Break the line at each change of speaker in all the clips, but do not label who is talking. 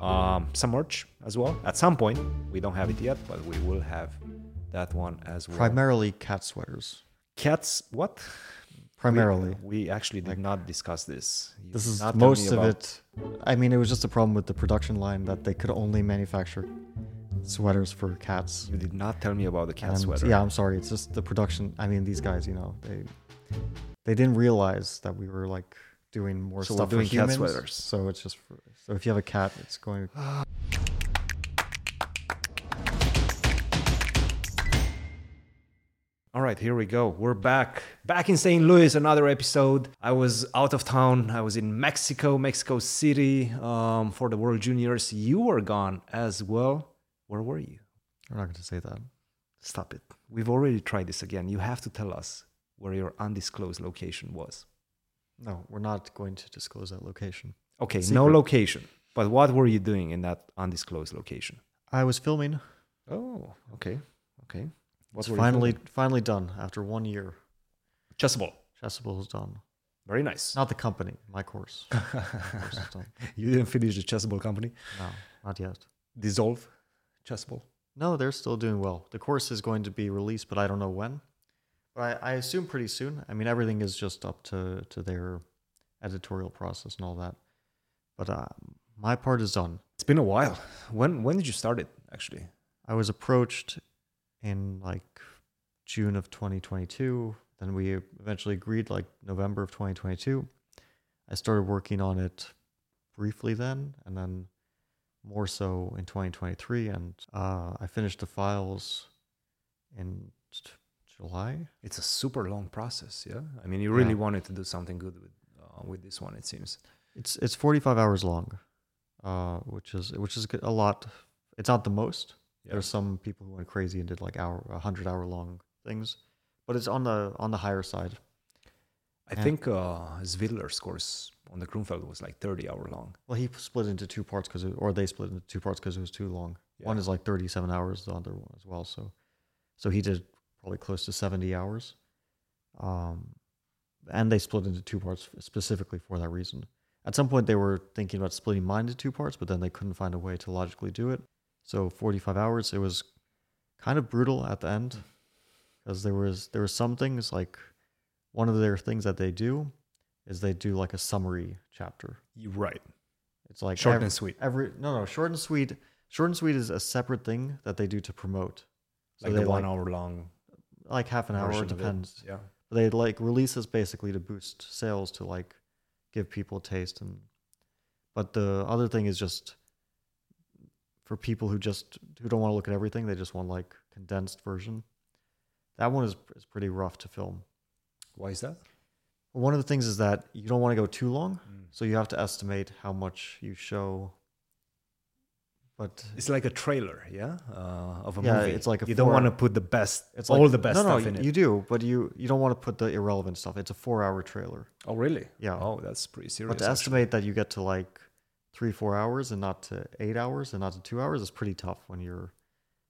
um, some merch as well. At some point, we don't have it yet, but we will have that one as well.
Primarily cat sweaters.
Cats, what?
Primarily.
We actually did not discuss this. You
this
did
is
not tell me
most of
about-
it. I mean, it was just a problem with the production line that they could only manufacture sweaters for cats.
You did not tell me about the cat
And,
sweater.
Yeah, I'm sorry. It's just the production. I mean, these guys, you know, they they didn't realize that we were like doing more
So we're
stuff
doing
for
cat
humans.
sweaters.
So it's just for, so if you have a cat, it's going. to...
All right, here we go. We're back. Back in St. Louis, another episode. I was out of town. I was in Mexico, Mexico City um, for the World Juniors. You were gone as well. Where were you?
We're not going to say that.
Stop it. We've already tried this again. You have to tell us where your undisclosed location was.
No, we're not going to disclose that location.
Okay, no
Secret.
location. But what were you doing in that undisclosed location?
I was filming.
Oh, okay. Okay. What
It's
were you
finally
filming?
finally done after one year.
Chessable.
Chessable is done.
Very nice.
Not the company, my course. My course is done.
you didn't finish the Chessable company.
No, not yet.
Dissolve Chessable.
No, they're still doing well. The course is going to be released, but I don't know when. But I, I assume pretty soon. I mean, everything is just up to, to their editorial process and all that. But uh, my part is done.
It's been a while. When when did you start it actually?
I was approached in like June of 2022. Then we eventually agreed like November of 2022. I started working on it briefly then, and then more so in 2023. And uh, I finished the files in t- July.
It's a super long process, yeah. I mean, you really
Yeah.
wanted to do something good with uh, with this one, it seems.
It's it's 45 hours long, uh, which is which is a lot. It's not the most.
Yeah.
There's some people who went crazy and did like hour, 100 hour long things, but it's on the on the higher side.
I
Yeah.
think uh, Zvidler's course on the Grunfeld was like 30 hour long.
Well, he split into two parts because, or they split into two parts because it was too long. One
Yeah.
is like thirty-seven hours, the other one as well. So, so he did probably close to seventy hours, um, and they split into two parts specifically for that reason. At some point, they were thinking about splitting mine into two parts, but then they couldn't find a way to logically do it. So, forty-five hours. It was kind of brutal at the
Mm.
end because there was there were some things like one of their things that they do is they do like a summary chapter
You're right.
it's like
Short
ev-
and sweet.
Every no no short and sweet. Short and sweet is a separate thing that they do to promote. So
Like
they
the one
like
hour long.
like half an hour
version
it
of it.
depends.
Yeah.
They like release this basically to boost sales to like give people taste and. But the other thing is just for people who just who don't want to look at everything. They just want like condensed version. That one is is pretty rough to film.
Why is that?
One of the things is that you don't want to go too long,
Mm.
so you have to estimate how much you show. But
It's like a trailer, yeah, uh, of a
Yeah,
movie.
it's like a
you don't
four-
want to put the best,
It's
all
like-
the best
no,
stuff
no,
in it.
You do, but you you don't want to put the irrelevant stuff. It's a four-hour trailer,
oh, really?
Yeah.
Oh, that's pretty serious.
but to
actually.
estimate that you get to like three, four hours, and not to eight hours, and not to two hours is pretty tough when you're,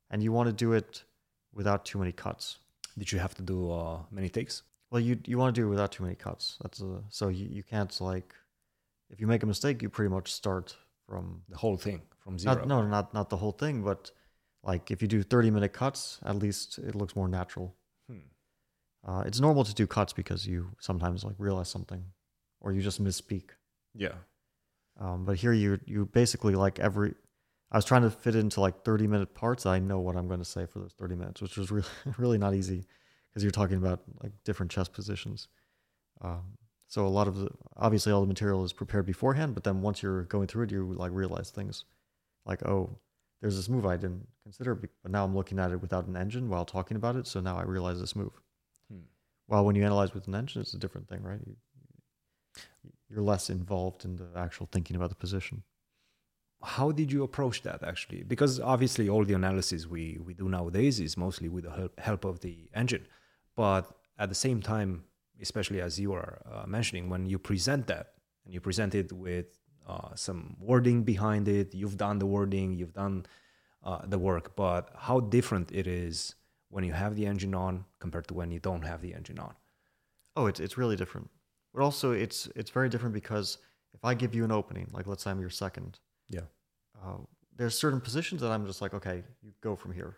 and you want to do it without too many cuts.
Did you have to do uh, many takes?
Well, you you want to do it without too many cuts. That's a, so you you can't like, if you make a mistake, you pretty much start from
The whole thing from zero.
not, no not not the whole thing, but like if you do thirty-minute cuts, at least it looks more natural.
Hmm.
Uh, it's normal to do cuts because you sometimes like realize something, or you just misspeak.
Yeah.
Um, but here you you basically like every. I was trying to fit into like thirty minute parts. I know what I'm going to say for those thirty minutes, which was really really not easy because you're talking about like different chess positions. Um, so a lot of the, obviously all the material is prepared beforehand, but then once you're going through it, you like realize things like oh, there's this move I didn't consider, be- but now I'm looking at it without an engine while talking about it. So now I realize this move.
Hmm.
Well, when you analyze with an engine, it's a different thing, right? You, you're less involved in the actual thinking about the position.
How did you approach that actually? Because obviously, all the analysis we we do nowadays is mostly with the help, help of the engine, but at the same time, especially as you are uh, mentioning, when you present that and you present it with uh, some wording behind it, you've done the wording, you've done uh, the work, but how different it is when you have the engine on compared to when you don't have the engine on.
Oh, it's it's really different. But also, it's it's very different because if I give you an opening, like let's say I'm your second,
Yeah.
uh, there's certain positions that I'm just like, okay, you go from here,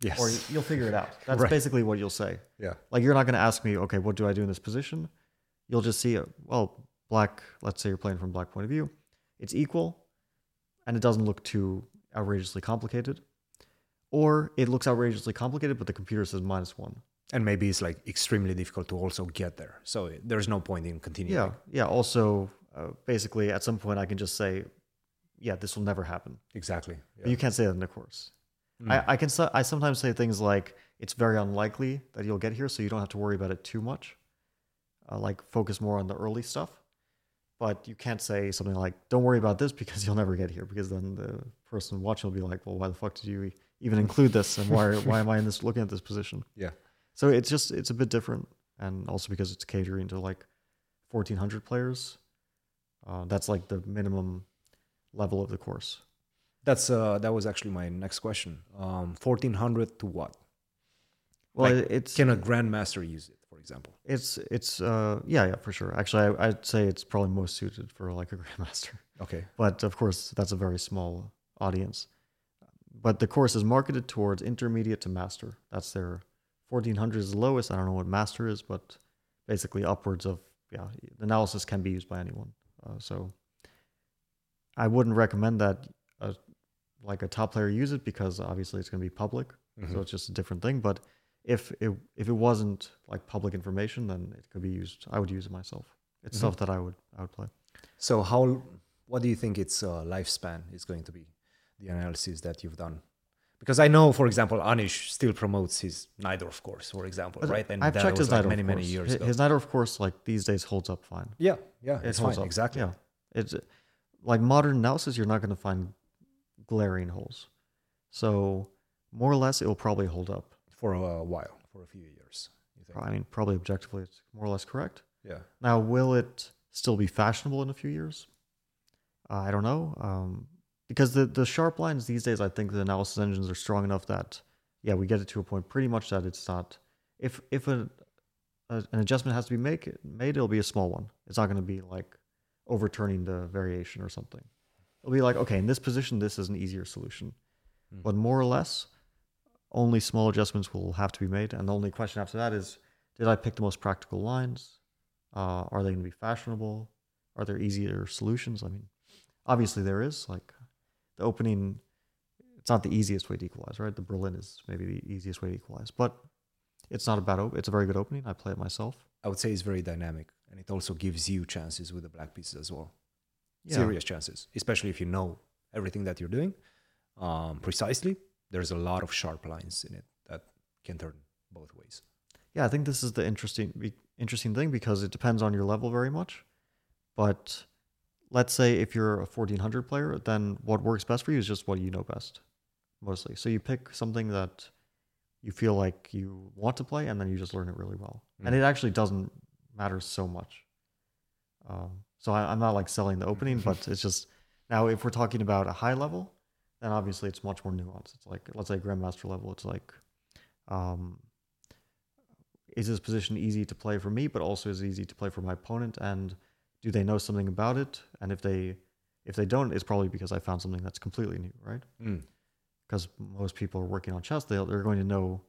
Yes.
or "You- you'll figure it out. That's
Right.
basically what you'll say.
yeah.
Like you're not going to ask me, okay, what do I do in this position? You'll just see, uh, well, black. Let's say you're playing from black point of view. It's equal, and it doesn't look too outrageously complicated, or it looks outrageously complicated, but the computer says minus one.
And maybe it's like extremely difficult to also get there. So there's no point in continuing.
Yeah, yeah. Also, uh, basically, at some point, I can just say, yeah, this will never happen.
Exactly.
But you can't say that in the course. I, I can. so- I sometimes say things like, "It's very unlikely that you'll get here, so you don't have to worry about it too much." Uh, like focus more on the early stuff. But you can't say something like, "Don't worry about this because you'll never get here," because then the person watching will be like, "Well, why the fuck did you e- even include this? And why why am I in this looking at this position?"
Yeah.
So it's just it's a bit different, and also because it's catering to like 1,400 players. Uh, that's like the minimum level of the course.
That's uh, that was actually my next question. Um, fourteen hundred to what?
Well,
Like,
it- it's
Can a grandmaster use it, for example?
It's it's uh yeah yeah for sure. Actually, I, I'd say it's probably most suited for like a grandmaster.
Okay.
But of course, that's a very small audience. But the course is marketed towards intermediate to master. That's their 1400 is the lowest. I don't know what master is, but basically upwards of yeah. The analysis can be used by anyone. Uh, so I wouldn't recommend that uh like a top player use it because obviously it's going to be public so it's just a different thing. But if it if it wasn't like public information, then it could be used. I would use it myself. It's stuff that I would I would play.
So how? What do you think its uh, lifespan is going to be? The analysis that you've done, because I know, for example, Anish still promotes his Nidorf course, for example, right? that
I've checked
was
his
like
Nidorf
many many
course.
years
Hi-
ago.
His Nidorf course like these days holds up fine.
yeah, yeah, it's
holds
fine,
up.
exactly.
Yeah, it's like modern analysis. You're not going to find glaring holes. So more or less, it will probably hold up.
For a while, for a few years. You think?
I mean, probably objectively, it's more or less correct.
Yeah.
Now, will it still be fashionable in a few years? Uh, I don't know. Um, because the, the sharp lines these days, I think the analysis engines are strong enough that, yeah, we get it to a point pretty much that it's not. If if a, a, an adjustment has to be make, made, it'll be a small one. It's not going to be like overturning the variation or something. It'll be like, okay, in this position, this is an easier solution. But more or less, only small adjustments will have to be made. And the only question after that is, did I pick the most practical lines? Uh, are they going to be fashionable? Are there easier solutions? I mean, obviously there is. Like the opening, it's not the easiest way to equalize, right? The Berlin is maybe the easiest way to equalize, but it's not a bad. Op- it's a very good opening. I play it myself.
I would say it's very dynamic, and it also gives you chances with the black pieces as well.
Yeah.
serious chances, especially if you know everything that you're doing um, precisely. There's a lot of sharp lines in it that can turn both ways.
Yeah, I think this is the interesting be- interesting thing because it depends on your level very much. But let's say if you're a 1400 player, then what works best for you is just what you know best, mostly. So you pick something that you feel like you want to play, and then you just learn it really well. And
Mhm.
it actually doesn't matter so much. Um, so I, I'm not like selling the opening, but it's just now if we're talking about a high level, then obviously it's much more nuanced. It's like let's say grandmaster level, it's like um, is this position easy to play for me, but also is it easy to play for my opponent? And do they know something about it? And if they if they don't, it's probably because I found something that's completely new, right? Because most people are working on chess, they they're going to know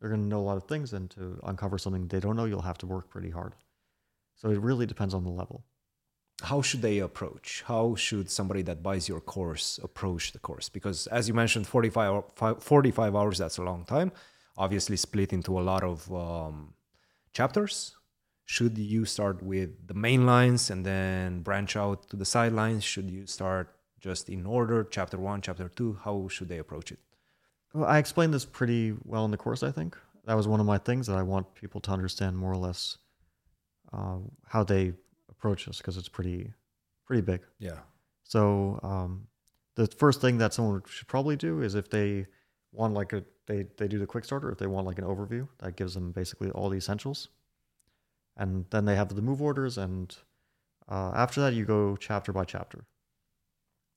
they're going to know a lot of things, and to uncover something they don't know, you'll have to work pretty hard. So it really depends on the level.
How should they approach? How should somebody that buys your course approach the course? Because as you mentioned, 45, hou- fi- 45 hours, that's a long time. Obviously, split into a lot of um, chapters. Should you start with the main lines and then branch out to the sidelines? Should you start just in order, chapter one, chapter two? How should they approach it?
Well, I explained this pretty well in the course, I think. That was one of my things that I want people to understand more or less uh, how they approach this because it's pretty, pretty big.
Yeah.
So um, the first thing that someone should probably do is if they want like a they they do the quick starter if they want like an overview that gives them basically all the essentials, and then they have the move orders and uh, after that you go chapter by chapter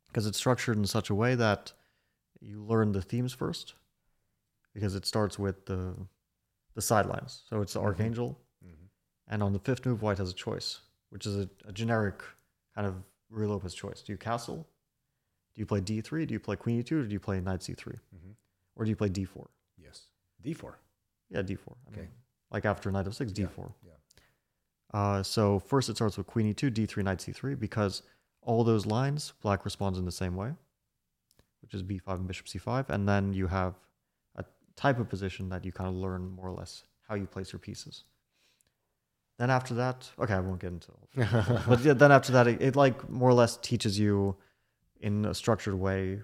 because it's structured in such a way that you learn the themes first because it starts with the the sidelines so it's the archangel and on the fifth move, white has a choice, which is a, a generic kind of Ruy Lopez choice. Do you castle? Do you play d3? Do you play queen e2? Or do you play knight c3?
Mhm.
Or do you play d4?
Yes. D4.
Yeah, d4. I
Okay.
mean, like after knight f6,
Yeah,
d4.
yeah.
Uh, so first it starts with queen E e2, d3, knight c3, because all those lines, black responds in the same way, which is b5 and bishop c5. And then you have a type of position that you kind of learn more or less how you place your pieces. Then after that, okay, I won't get into all but yeah, then after that, it, it like more or less teaches you in a structured way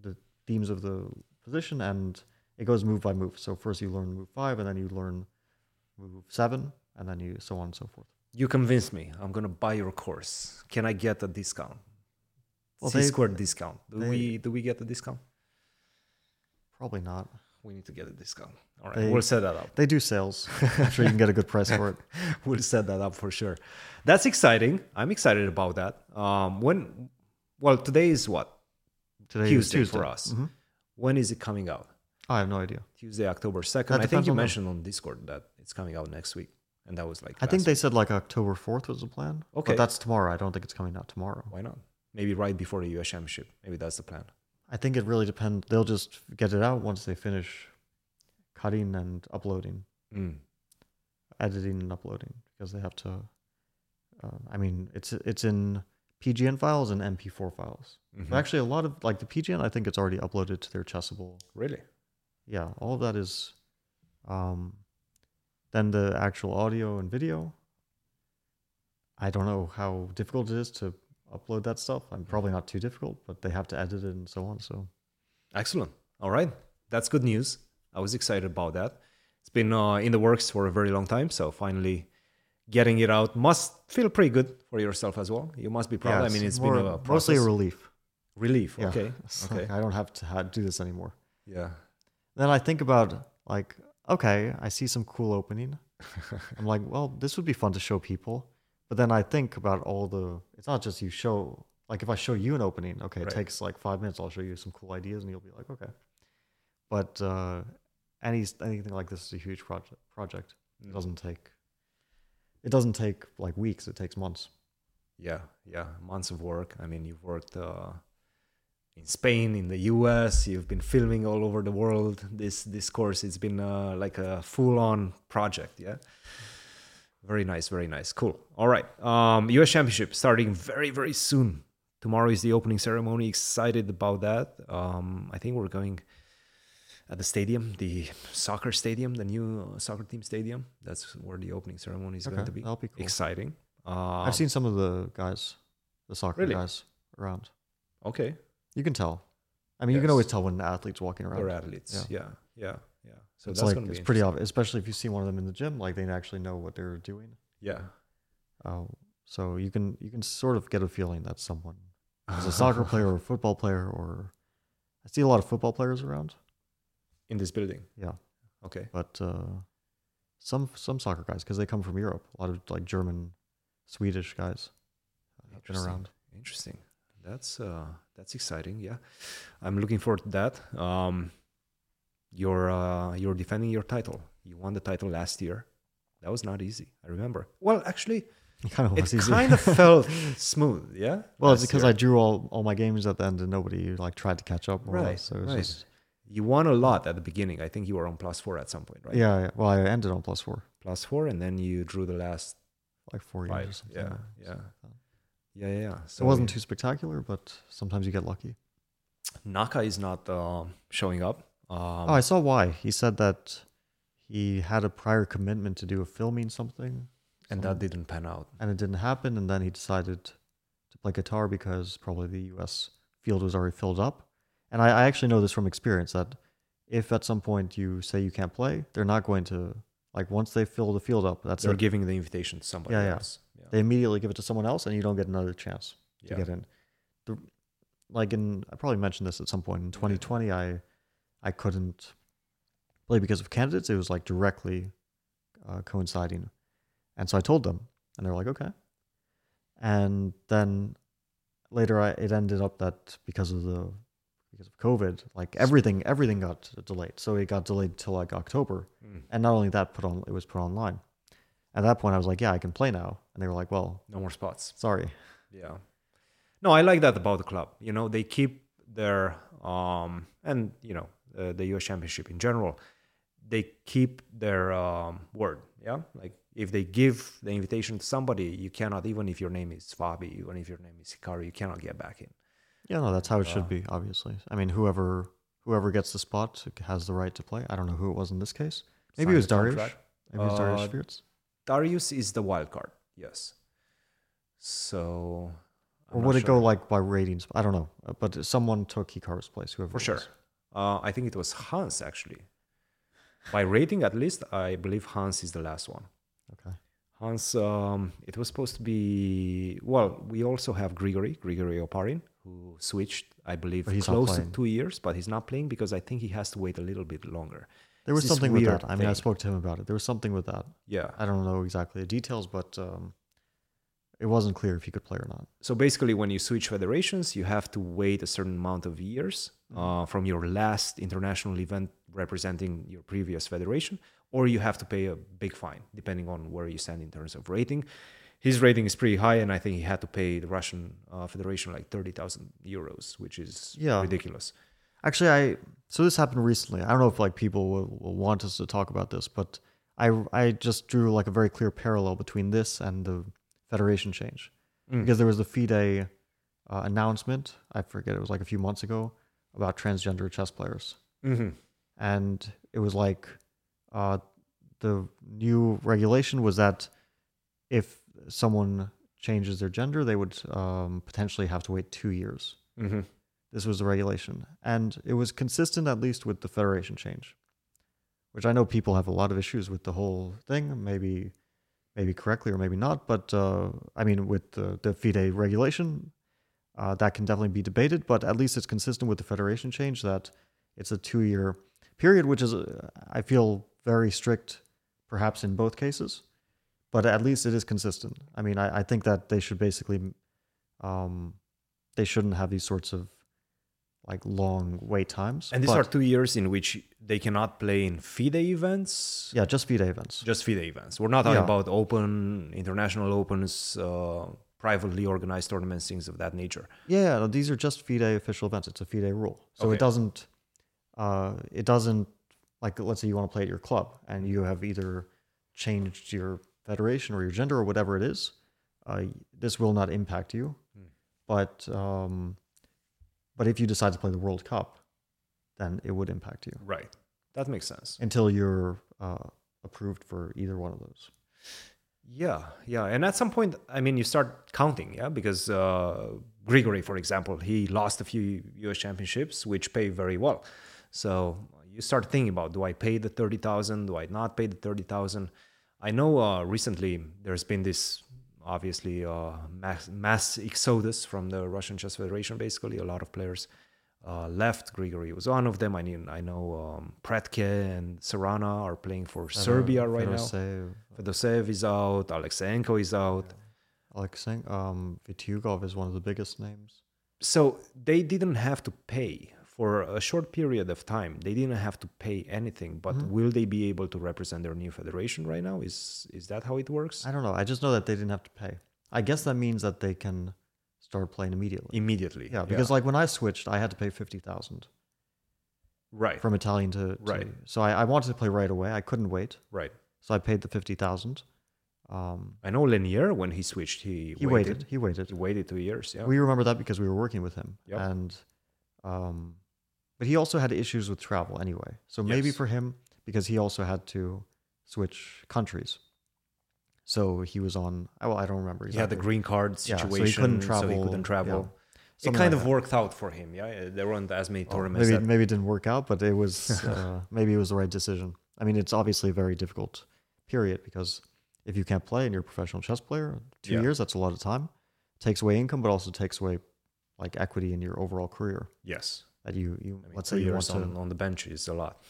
the themes of the position, and it goes move by move. So first you learn move five, and then you learn move seven, and then you so on and so forth.
You convinced me. I'm gonna buy your course. Can I get a discount?
Well,
C
they-
squared discount. Do
they-
we do we get a discount?
Probably not.
We need to get a discount. All right,
They-
we'll set that up.
They do sales. I'm sure you can get a good price for it.
we'll set that up for sure. That's exciting. I'm excited about that. Um, when, well, today is what
Today is
Tuesday,
Tuesday
for us.
Mhm.
When is it coming out?
I have no idea.
Tuesday, October second.
That
I think
depends
you
on them.
mentioned on Discord that it's coming out next week, and that was like.
I think
last
they
week.
said like October fourth was the plan.
Okay.
but that's tomorrow. I don't think it's coming out tomorrow.
Why not? Maybe right before the U.S. Championship. Maybe that's the plan.
I think it really depends. They'll just get it out once they finish cutting and uploading.
Mm.
editing and uploading because they have to. Um, I mean, it's it's in PGN files and MP4 files.
Mhm.
But actually, a lot of like the PGN, I think it's already uploaded to their Chessable.
Really?
Yeah, all of that is. Um, then the actual audio and video. I don't know how difficult it is to upload that stuff. I'm probably not too difficult, but they have to edit it and so on. So
Excellent. All right. That's good news. I was excited about that. It's been uh, in the works for a very long time. So finally getting it out must feel pretty good for yourself as well. You must be proud.
yeah,
I mean, it's
more-
been a process.
mostly a relief.
relief.
Yeah.
Okay.
It's like,
Okay.
I don't have to ha- do this anymore.
Yeah.
then I think about like, okay, I see some cool opening. I'm like, well, this would be fun to show people. But then I think about all the. It's not just you show. Like if I show you an opening, okay,
Right.
it takes like five minutes. I'll show you some cool ideas, and you'll be like, okay. But uh, any anything like this is a huge project. Project.
Mm.
It doesn't take. It doesn't take like weeks. It takes months.
Yeah. Yeah. Months of work. I mean, you've worked uh, in Spain, in the US, you've been filming all over the world. This, this course, it's been uh, like a full on project. Yeah. Very nice, very nice. Cool. All right. Um, US Championship starting very, very soon. Tomorrow is the opening ceremony. Excited about that. Um, I think we're going at the stadium, the soccer stadium, the new uh, soccer team stadium. That's where the opening ceremony is
Okay,
going to be.
that'll be cool.
Exciting. Um,
I've seen some of the guys, the soccer
Really?
guys around.
Um, Okay.
You can tell. I mean, you
Yes.
can always tell when an athlete's walking around.
They're athletes. Yeah. Yeah. Yeah. So
it's
that's
like
going to be
it's pretty
interesting.
obvious, especially if you see one of them in the gym. Like they actually know what they're doing.
Yeah.
Uh, so you can you can sort of get a feeling that someone is a soccer player or a football player, or I see a lot of football players around.
in this building.
Yeah,
Okay.
but uh, some some soccer guys because they come from Europe. A lot of like German, Swedish guys have been
Interesting.
around.
Interesting. That's uh that's exciting. Yeah. I'm looking forward to that. Um you're uh you're defending your title. You won the title last year. That was not easy. I remember. Well, actually,
It kind of
it
was easy.
kind of felt smooth, yeah?
well, it's
last
because
year.
I drew all, all my games at the end and nobody like tried to catch up. More or
Right,
less. So it was
right.
just,
you won a lot at the beginning. I think you were on plus 4 at some point, right?
yeah, yeah. Well, I ended on plus four,
Plus 4 and then you drew the last
like four
Five,
games or something.
yeah, yeah.
something like that.
Yeah, yeah, yeah.
it wasn't too spectacular, but sometimes you get lucky.
Naka is not uh, showing up. Um,
oh, I saw why. He said that he had a prior commitment to do a filming something,
and that didn't pan out.
and it didn't happen. And then he decided to play guitar because probably the U.S. field was already filled up. And I, I actually know this from experience that if at some point you say you can't play, they're not going to like once they fill the field up. That's
They're
it.
giving the invitation to somebody
Yeah, yeah.
else. Yeah.
They immediately give it to someone else, and you don't get another chance. to
Yeah.
get in. The, like in, I probably mentioned this at some point in 2020. I I couldn't play because of candidates. It was like directly uh, coinciding, and so I told them, and they were like, okay. And then later, I, it ended up that because of the because of COVID, like everything everything got delayed. So it got delayed till like October,
Mm.
and not only that, put on it was put online. At that point, I was like, yeah, I can play now, and they were like, well,
No more spots.
sorry.
Yeah. No, I like that about the club. You know, they keep their um, and you know uh, the U.S. Championship in general. They keep their um, word. Yeah, like if they give the invitation to somebody, you cannot even if your name is Fabi, even if your name is Hikari, you cannot get back in.
Yeah, no, that's how it should be. Obviously, I mean, whoever whoever gets the spot has the right to play. I don't know who it was in this case. Maybe it was
Signed a
Darius.
contract.
Maybe it was
Uh,
Darius Fiertz.
Darius is the wild card. Yes. So. I'm
Or
not
would it
sure.
go like by ratings? I don't know, Uh, but someone took Hikaru's place. Whoever
For
it
sure.
was.
Uh, I think it was Hans actually. By rating, at least, I believe Hans is the last one.
Okay.
Hans, um, it was supposed to be. Well, we also have Grigory, Grigory Oparin, who switched, I believe,
But he's not
close to
playing.
two years, but he's not playing because I think he has to wait a little bit longer.
There
It's
was
this
something with
weird
that. I mean, I
thing.
spoke to him about it. There was something with that.
Yeah.
I don't know exactly the details, but um, it wasn't clear if he could play or not.
So basically, when you switch federations, you have to wait a certain amount of years
Mm-hmm.
uh, from your last international event representing your previous federation, or you have to pay a big fine, depending on where you stand in terms of rating. His rating is pretty high, and I think he had to pay the Russian uh, Federation like 30,000 euros, which is
Yeah.
ridiculous.
Actually, I so this happened recently. I don't know if like people will, will want us to talk about this, but I I just drew like a very clear parallel between this and the federation change because there was the FIDE uh, announcement. I forget it was like a few months ago about transgender chess players,
Mm-hmm.
and it was like uh, the new regulation was that if someone changes their gender, they would um, potentially have to wait two years
Mm-hmm.
this was the regulation. And it was consistent, at least, with the federation change, which I know people have a lot of issues with the whole thing, maybe maybe correctly or maybe not. But uh, I mean, with the, the FIDE regulation, uh, that can definitely be debated, but at least it's consistent with the federation change that it's a two year period, which is, uh, I feel, very strict, perhaps in both cases. But at least it is consistent. I mean, I, I think that they should basically, um, they shouldn't have these sorts of like long wait times.
And these
But-
are two years in which they cannot play in FIDE events.
yeah, just FIDE events.
Just FIDE events. We're not talking
Yeah.
about open, international opens, uh, privately organized tournaments, things of that nature.
Yeah, no, these are just FIDE official events. It's a FIDE rule, so
Okay.
it doesn't, uh, it doesn't like let's say you want to play at your club and you have either changed your federation or your gender or whatever it is, uh, this will not impact you.
Hmm.
But um, but if you decide to play the World Cup, then it would impact you
Right. That makes sense.
until you're uh, approved for either one of those.
Yeah, yeah. And at some point, I mean, you start counting, yeah, because uh, Grigory, for example, he lost a few U.S. championships, which pay very well. So you start thinking about: Do I pay the thirty thousand? Do I not pay the thirty thousand? I know uh, recently there's been this obviously uh, mass, mass exodus from the Russian Chess Federation. Basically, a lot of players uh, left. Grigory was one of them. I mean, I know um, Pretke and Serana are playing for Serbia right now.
Fedosev,
Fedosev is out, Alexenko is out.
Alexei- um, Vityugov is one of the biggest names.
So they didn't have to pay for a short period of time. They didn't have to pay anything, but
Mm-hmm.
will they be able to represent their new federation right now? Is is that how it works?
I don't know. I just know that they didn't have to pay. I guess that means that they can start playing immediately.
Immediately.
Yeah, because like when I switched, I had to pay fifty thousand
right,
from Italian to, to-
Right.
So I, I wanted to play right away. I couldn't wait,
right.
so I paid the fifty thousand. Um,
I know Lanier when he switched, he,
he waited. He waited.
He waited two years. Yeah.
We remember that because we were working with him,
Yep.
and um, but he also had issues with travel anyway. So maybe
Yes.
for him, because he also had to switch countries. So he was on. Well, I don't remember.
He had the
exactly.
green card
Yeah, so
situation,
he
so
couldn't
he
travel,
couldn't travel.
yeah.
It
Something
kind
like
of
that.
worked out for him. Yeah, there weren't as many
Well,
tournaments.
Maybe
that-
maybe it didn't work out, but it was uh, maybe it was the right decision. I mean, it's obviously a very difficult period because if you can't play and you're a professional chess player, two
Yeah.
years that's a lot of time. takes away income, but also takes away like equity in your overall career.
yes.
That you you
I mean,
let's
two
say you want
years
to
on, on the bench is a lot.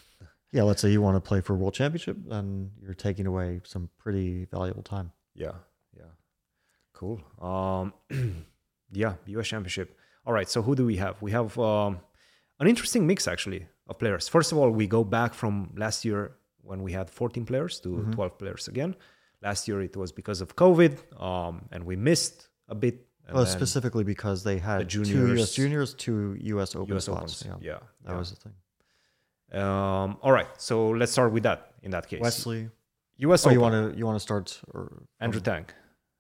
yeah let's say you want to play for a world championship, then you're taking away some pretty valuable time.
Yeah, yeah. Cool. Um, yeah, US Championship. All right, so who do we have? We have um, an interesting mix, actually, of players. First of all, we go back from last year when we had 14 players to
Mm-hmm.
12 players again. Last year it was because of COVID, um, and we missed a bit And
Well,
then
specifically because they had two
juniors-
U.S. juniors, two U.S. Open
US
spots.
Opens.
Yeah,
Yeah.
that was the thing.
Um, all right. So let's start with that in that case.
Wesley.
US
So
Open.
you want to you want to start or
Andrew Tang.
From,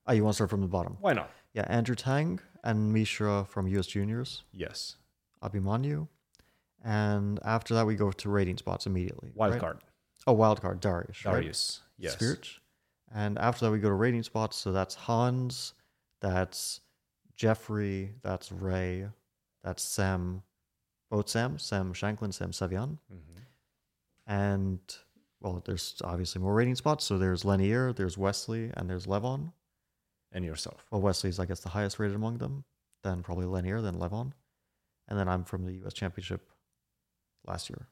oh, you want to start from the bottom.
Why not?
Yeah, Andrew Tang and Mishra from U.S. Juniors,
Yes.
Abimanyu, and after that we go to rating spots immediately.
Wild
right?
card.
Oh, wild card. Darius. right?
Darius. Yes.
Spirch. And after that, we go to rating spots. So that's Hans, that's Jeffrey, that's Ray, that's Sam, both Sam, Sam Shanklin, Sam Savian.
Mhm.
And, well, there's obviously more rating spots. So there's Lanier, there's Wesley, and there's Levon.
And yourself.
Well, Wesley's, I guess, the highest rated among them. Then probably Lanier, then Levon. And then I'm from the U.S. Championship last year.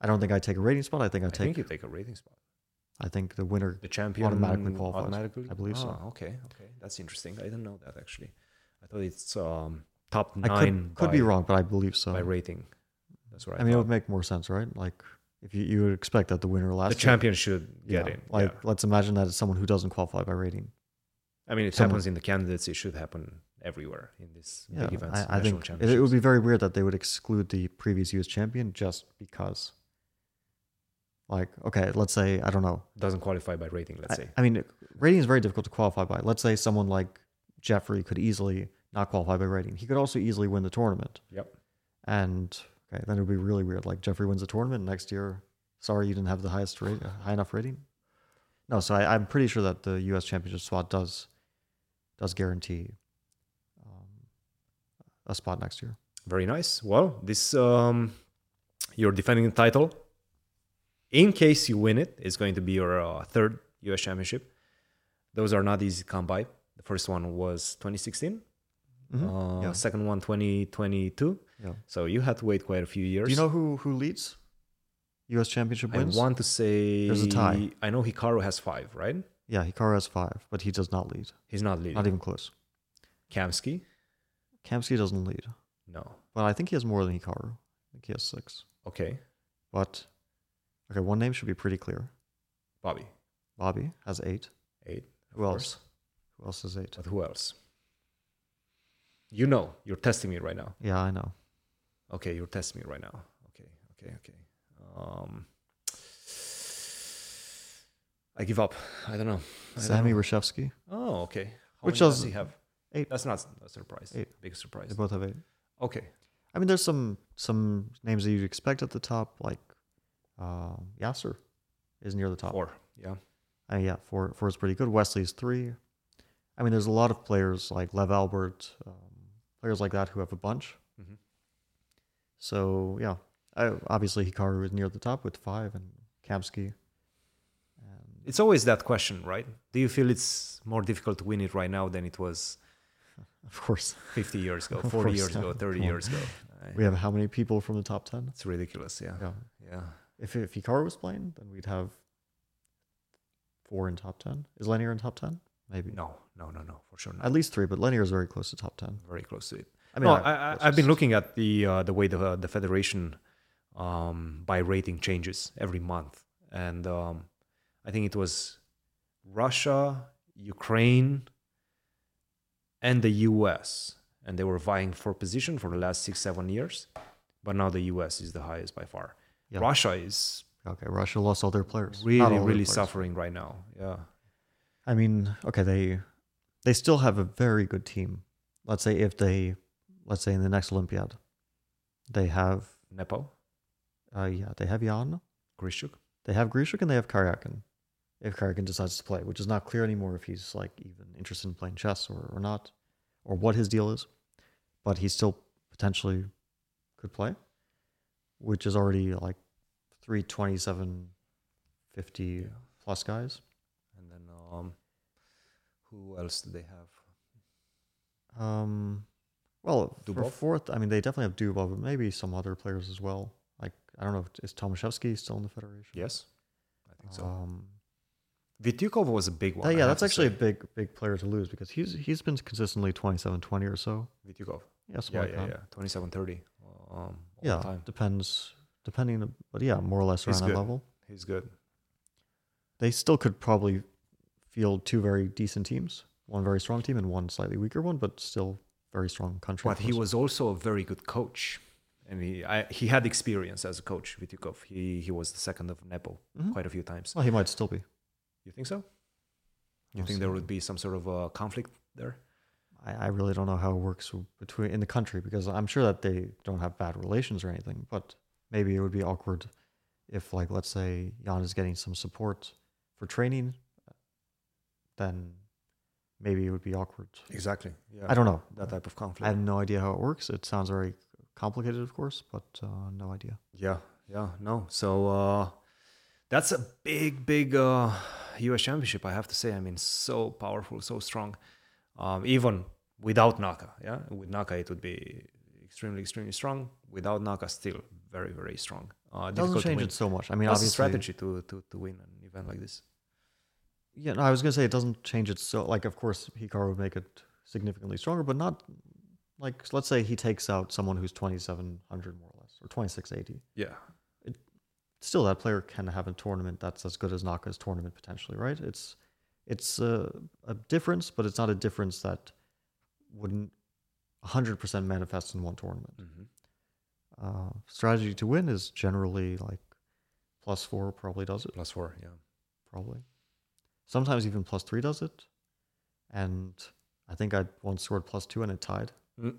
I don't think I take a rating spot. I think I
I
take. I
think
think,
you take a rating spot.
the winner.
The champion
Automatically qualifies.
automatically?
I believe so.
Ah, Okay. Okay. That's interesting. I didn't know that actually. I thought it's um, top
I
nine.
could, could be
by-
wrong, but I believe so.
by rating. That's right.
I mean, it would make more sense, right? Like, if you, you would expect that the winner last
the
year-
champion should
yeah,
get in.
Like,
yeah.
let's imagine that it's someone who doesn't qualify by rating.
I mean, it
someone-
happens in the candidates. It should happen everywhere in these
Yeah,
big events.
I, I
national
think it, it
championships.
would be very weird that they would exclude the previous U.S. champion just because. Like, okay, let's say I don't know.
doesn't qualify by rating. Let's
I,
say
I mean, rating is very difficult to qualify by. Let's say someone like Jeffrey could easily not qualify by rating. He could also easily win the tournament.
Yep.
And okay, then it would be really weird. Like Jeffrey wins the tournament next year. Sorry, you didn't have the highest rate, uh, high enough rating. No, so I, I'm pretty sure that the U.S. Championship spot does does guarantee um, a spot next year.
very nice. Well, this um, you're defending the title. In case you win it, it's going to be your uh, third U.S. championship. Those are not easy to come by. The first one was 2016. Uh,
Mm-hmm. yeah.
Second one 2022.
Yeah.
So you had to wait quite a few years.
Do you know who who leads U.S. Championship
I
wins?
want to say
There's a tie.
I know Hikaru has five, right?
Yeah, Hikaru has five, but he does not lead.
He's not leading.
Not even close.
Kamsky?
Kamsky doesn't lead,
No.
but I think he has more than Hikaru. I think he has six.
Okay.
But okay, one name should be pretty clear.
Bobby.
Bobby has eight.
Eight.
Who
of
else?
course.
Who else has eight?
But who else? You know, you're testing me right now.
Yeah, I know.
Okay, you're testing me right now. Okay, okay, okay. Um, I give up. I don't know. I don't
Sammy
know.
Reshevsky.
Oh, okay. How
Which
many does
does-
he have?
eight.
That's not a surprise.
Eight.
Big surprise.
They both have eight.
Okay.
I mean, there's some some names that you'd expect at the top, like um, Yasser is near the top.
Four. Yeah.
Uh, yeah, four four is pretty good. Wesley's three. I mean, there's a lot of players like Lev Albert, um, players like that who have a bunch.
Mhm.
So yeah, I, obviously Hikaru is near the top with five, and Kamsky. And
It's always that question, right? Do you feel it's more difficult to win it right now than it was
of course,
50 years ago, 40
Of course
years ago,
not.
30
Come on.
years ago? I-
we have how many people from the top ten?
It's ridiculous. Yeah.
Yeah.
Yeah.
If if Hikaru was playing, then we'd have four in top ten. Is Lanier in top ten? Maybe
No, no, no, no, for sure not.
At least three, but Lanier is very close to top ten.
Very close to it.
I
no,
mean, I-
I, I,
that's
I've been
just-
looking at the uh, the way the uh, the federation um, by rating changes every month, and um, I think it was Russia, Ukraine, and the U.S. and they were vying for position for the last six seven years, but now the U.S. is the highest by far.
Yeah.
Russia is
Okay, Russia lost all their players. Not all
really
their
really
players.
suffering right now. Yeah,
I mean, okay, they they still have a very good team. Let's say if they, let's say in the next Olympiad, they have
Nepo,
uh, yeah, they have Jan,
Grishuk.
they have Grishuk, and they have Karyakin. If Karyakin decides to play, which is not clear anymore if he's like even interested in playing chess or, or not, or what his deal is, but he still potentially could play, which is already like three twenty seven fifty plus guys.
and then um, who else do they have?
Um, well, for
Dubov?
fourth, I mean, they definitely have Dubov, but maybe some other players as well. Like, I don't know, is Tomaszewski still in the federation?
Yes, I think so.
Um,
Vityukov was a big one.
that-
I
yeah,
have
that's
to
actually
say.
a big, big player to lose because he's he's been consistently 27 20 or so.
Vityukov.
Yeah, something
Yeah,
like
yeah,
that.
yeah. Twenty-seven thirty. Um, all the
Yeah,
time.
depends, depending, on- but yeah, more or less
He's
around that
good.
level.
He's good.
They still could probably field two very decent teams. one very strong team and one slightly weaker one, but still very strong country.
But he was also a very good coach. And he, I, he had experience as a coach, Vitikov. He, he was the second of Nepo
Mhm.
quite a few times.
Well, he might still be.
You think so? You
We'll
think
see.
there would be some sort of a conflict there?
I, I really don't know how it works between in the country because I'm sure that they don't have bad relations or anything, but maybe it would be awkward if, like, let's say Jan is getting some support for training, then maybe it would be awkward.
Exactly. Yeah.
I don't know.
that type of conflict.
I have no idea how it works. It sounds very complicated, of course, but uh, no idea.
Yeah, yeah, no. So uh, that's a big, big uh, U.S. championship. I have to say, I mean, so powerful, so strong. Um, even without Naka, yeah, with Naka it would be extremely, extremely strong. Without Naka, still very, very strong. Uh,
It doesn't
difficult to
change
win.
it so much. I mean,
That's a
obviously,
strategy to, to to win an event like this.
Yeah, no, I was gonna say it doesn't change it so like of course Hikaru would make it significantly stronger, but not like let's say he takes out someone who's twenty seven hundred more or less, or twenty six eighty.
Yeah,
Still that player can have a tournament that's as good as Naka's tournament potentially, right? It's it's a, a difference, but it's not a difference that wouldn't hundred percent manifest in one tournament.
hmm
Uh, strategy to win is generally like plus four probably does it.
plus four. Yeah,
probably. Sometimes even plus three does it. And I think I once scored plus two and it tied
Mm.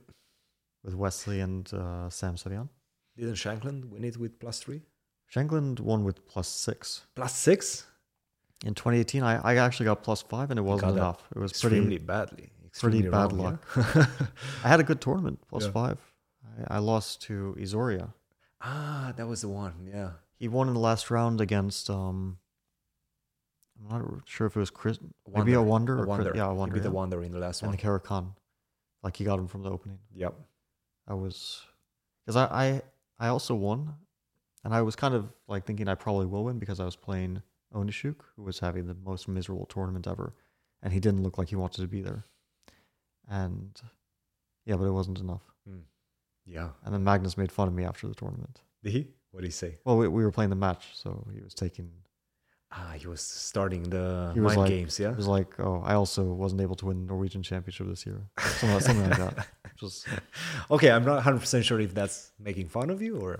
with Wesley and uh, Sam Savian.
didn't Shankland win it with plus three,
Shankland won with plus six.
plus six?
In 2018, I, I actually got plus five and it wasn't
that
enough. It was
Extremely
pretty.
badly.
pretty
Extremely
bad
wrong, yeah?
I had a good tournament, plus
Yeah.
five. I, I lost to Isoria.
ah, that was the one. Yeah.
He won in the last round against. um I'm not sure if it was Chris. Maybe a Wonder. or
A
Chris-
wonder.
yeah, a
He
Wonder.
beat the
yeah.
wonder in the last
And
one.
the Khan. Like he got him from the opening.
Yep.
I was because I, I I also won, and I was kind of like thinking I probably will win because I was playing Onishuk, who was having the most miserable tournament ever, and he didn't look like he wanted to be there, and yeah, but it wasn't enough.
Yeah.
And then Magnus made fun of me after the tournament.
Did he? What did he say?
Well, we, we were playing the match, so he was taking.
Ah, he was starting the
He was
mind
like-
games. Yeah.
He was like, "Oh, I also wasn't able to win the Norwegian championship this year, something, like- something like that." Just
Okay, I'm not 100 percent sure if that's making fun of you or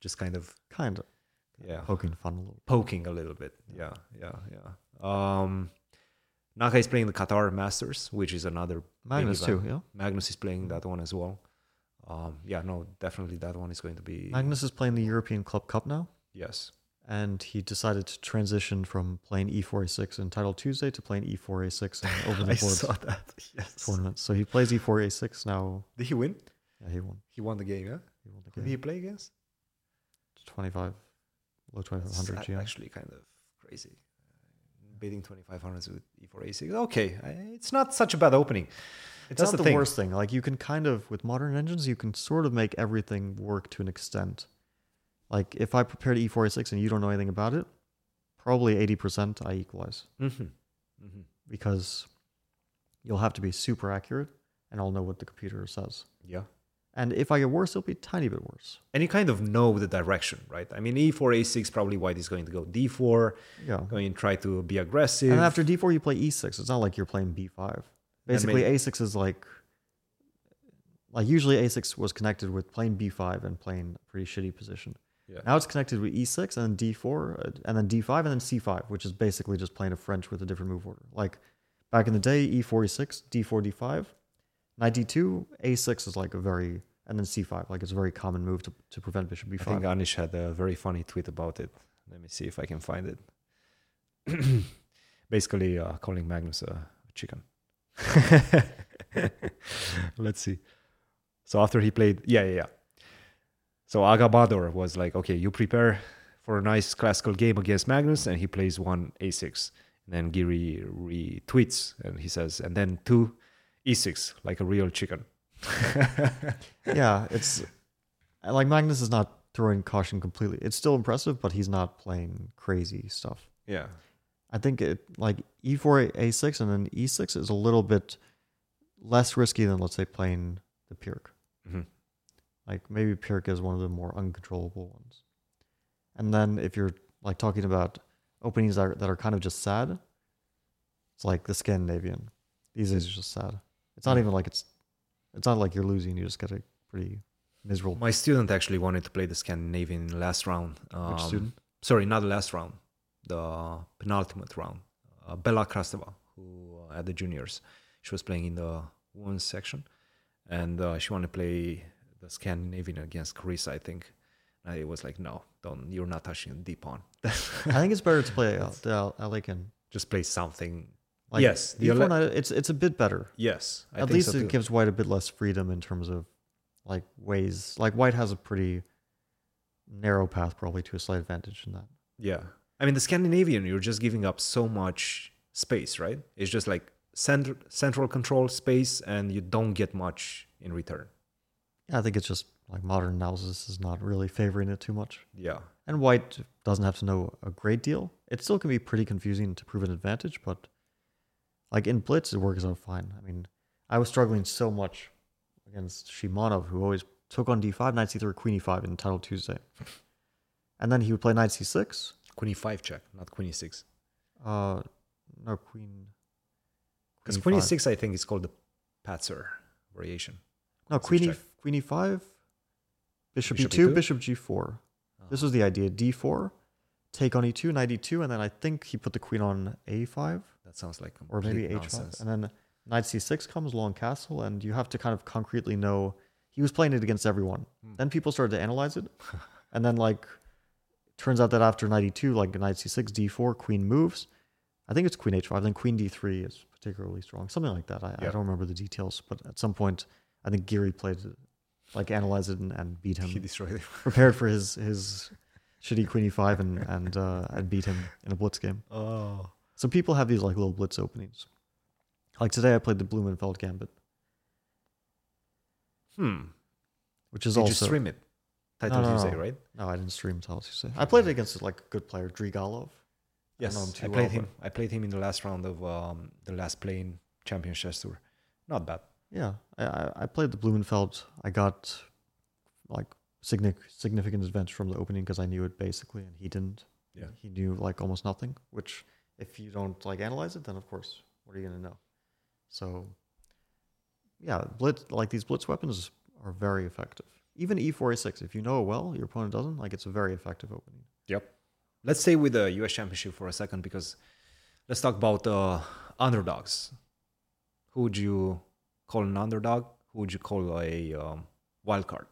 just kind of
kind of
yeah
poking fun a little.
poking a little bit. Yeah. Yeah. Yeah. Um, Naka is playing the Qatar Masters, which is another
Magnus
event.
too, yeah.
Magnus is playing that one as well. Um, yeah. No, definitely that one is going to be
Magnus is playing the European Club Cup now.
yes.
and he decided to transition from playing E E4A6 in Title Tuesday to playing E E4A6 in Open
I
the Boards
saw that. Yes.
tournaments. So he plays E E4A6 now.
Did he win?
Yeah, he won.
He won the game. Yeah.
He won the
Who
game.
did he play against?
25, low
That's
2500
a-
yeah.
actually kind of crazy. Uh, Beating 2500s with E E4 A6. Okay, I, it's not such a bad opening.
It's
that's
not
the
the,
thing.
worst thing. Like you can kind of with modern engines, you can sort of make everything work to an extent. Like if I prepared E E4A6 and you don't know anything about it, probably 80% I equalize.
Mm-hmm. Mm-hmm.
because you'll have to be super accurate and I'll know what the computer says.
Yeah.
And if I get worse, it'll be a tiny bit worse.
And you kind of know the direction, right? I mean, E E4 A6 probably white is going to go D4,
Yeah.
going to try to be aggressive.
And after D4, you play E6. It's not like you're playing B5. Basically,
maybe-
A6 is like, like usually A6 was connected with playing B5 and playing a pretty shitty position.
Yeah.
Now it's connected with E6 and then D4 uh, and then D5 and then C5, which is basically just playing a French with a different move order. Like back in the day, E E4, E6, D4, D5, knight D2, A6 is like a very, and then C5, like it's a very common move to, to prevent bishop B5.
I think Anish had a very funny tweet about it. Let me see if I can find it. Basically, uh, calling Magnus a chicken. Let's see. So after he played, yeah, yeah, yeah. So Agabador was like, okay, you prepare for a nice classical game against Magnus, and he plays one a6. And then Giri retweets and he says, and then two e6, like a real chicken.
yeah, it's I- like Magnus is not throwing caution completely. It's still impressive, but he's not playing crazy stuff.
Yeah.
I think it like E e4, a6, and then e6 is a little bit less risky than let's say playing the Pyrrhic.
Mhm.
Like maybe Pyrrhic is one of the more uncontrollable ones. And then if you're like talking about openings that are, that are kind of just sad, it's like the Scandinavian. These days are just sad. It's
Mm.
not even like it's it's not like you're losing. You just get a pretty miserable.
My student actually wanted to play the Scandinavian last round. Um,
student?
Sorry, not the last round, the penultimate round. Uh, Bella Krasteva, who uh, at the juniors, she was playing in the women's section, and uh, she wanted to play the Scandinavian against Carissa, I think. And I was like, no, don't. You're not touching deep on.
I think it's better to play out the out- out like in
Just play something.
Like, E
yes, the
the
ele-
it's it's a bit better.
yes. I
At
think
least
so
it
too.
gives White a bit less freedom in terms of like ways. Like White has a pretty narrow path probably to a slight advantage in that.
Yeah. I mean, the Scandinavian, you're just giving up so much space, right? It's just like center, central control space, and you don't get much in return.
Yeah, I think it's just like modern analysis is not really favoring it too much.
Yeah.
And White doesn't have to know a great deal. It still can be pretty confusing to prove an advantage, but like in blitz, it works out fine. I mean, I was struggling so much against Shimonov, who always took on d5, knight c3, queen e5 in title Tuesday, and then he would play knight c6.
Queen e5 check, not queen e6.
Uh, no queen.
Because
Queen
queen E
five.
e6, I think, is called the Patzer variation.
No
six
queen e
check.
queen e5, bishop,
Bishop E
e2,
e2?
bishop g4. This was the idea: d4, take on e2, knight e2, and then I think he put the queen on a5.
That sounds like
or maybe
complete
h5 and then knight c6 comes long castle and you have to kind of concretely know he was playing it against everyone
Hmm.
then people started to analyze it and then like turns out that after knight e2 like knight c6 d4 queen moves i think it's queen h5 then queen d3 is particularly strong something like that i, I
Yeah.
don't remember the details but at some point i think geary played it, like analyzed it and, and beat
He
him
destroyed it.
prepared for his his shitty queen e5 and and uh, and beat him in a blitz game
Oh.
so people have these like little blitz openings. Like today, I played the Blumenfeld Gambit,
Hmm.
which is
Did
also
you stream it? Title
no,
Tuesday,
no.
right?
no, I didn't stream Tell Us You Say. I played it against like a good player, Drigalov. know him
Yes. I,
too
played
well,
him. I played him in the last round of um, the last plane championship tour. Not bad.
Yeah, I- I, I played the Blumenfeld. I got like significant significant advantage from the opening because I knew it basically, and he didn't.
Yeah.
he knew like almost nothing. Which, if you don't like analyze it, then of course, what are you gonna know? So, yeah, blitz like these blitz weapons are very effective. Even E e4 a6, if you know it well, your opponent doesn't. Like it's a very effective opening.
Yep. Let's stay with the U.S. Championship for a second because let's talk about uh, underdogs. Who would you call an underdog? Who would you call a um, wild card?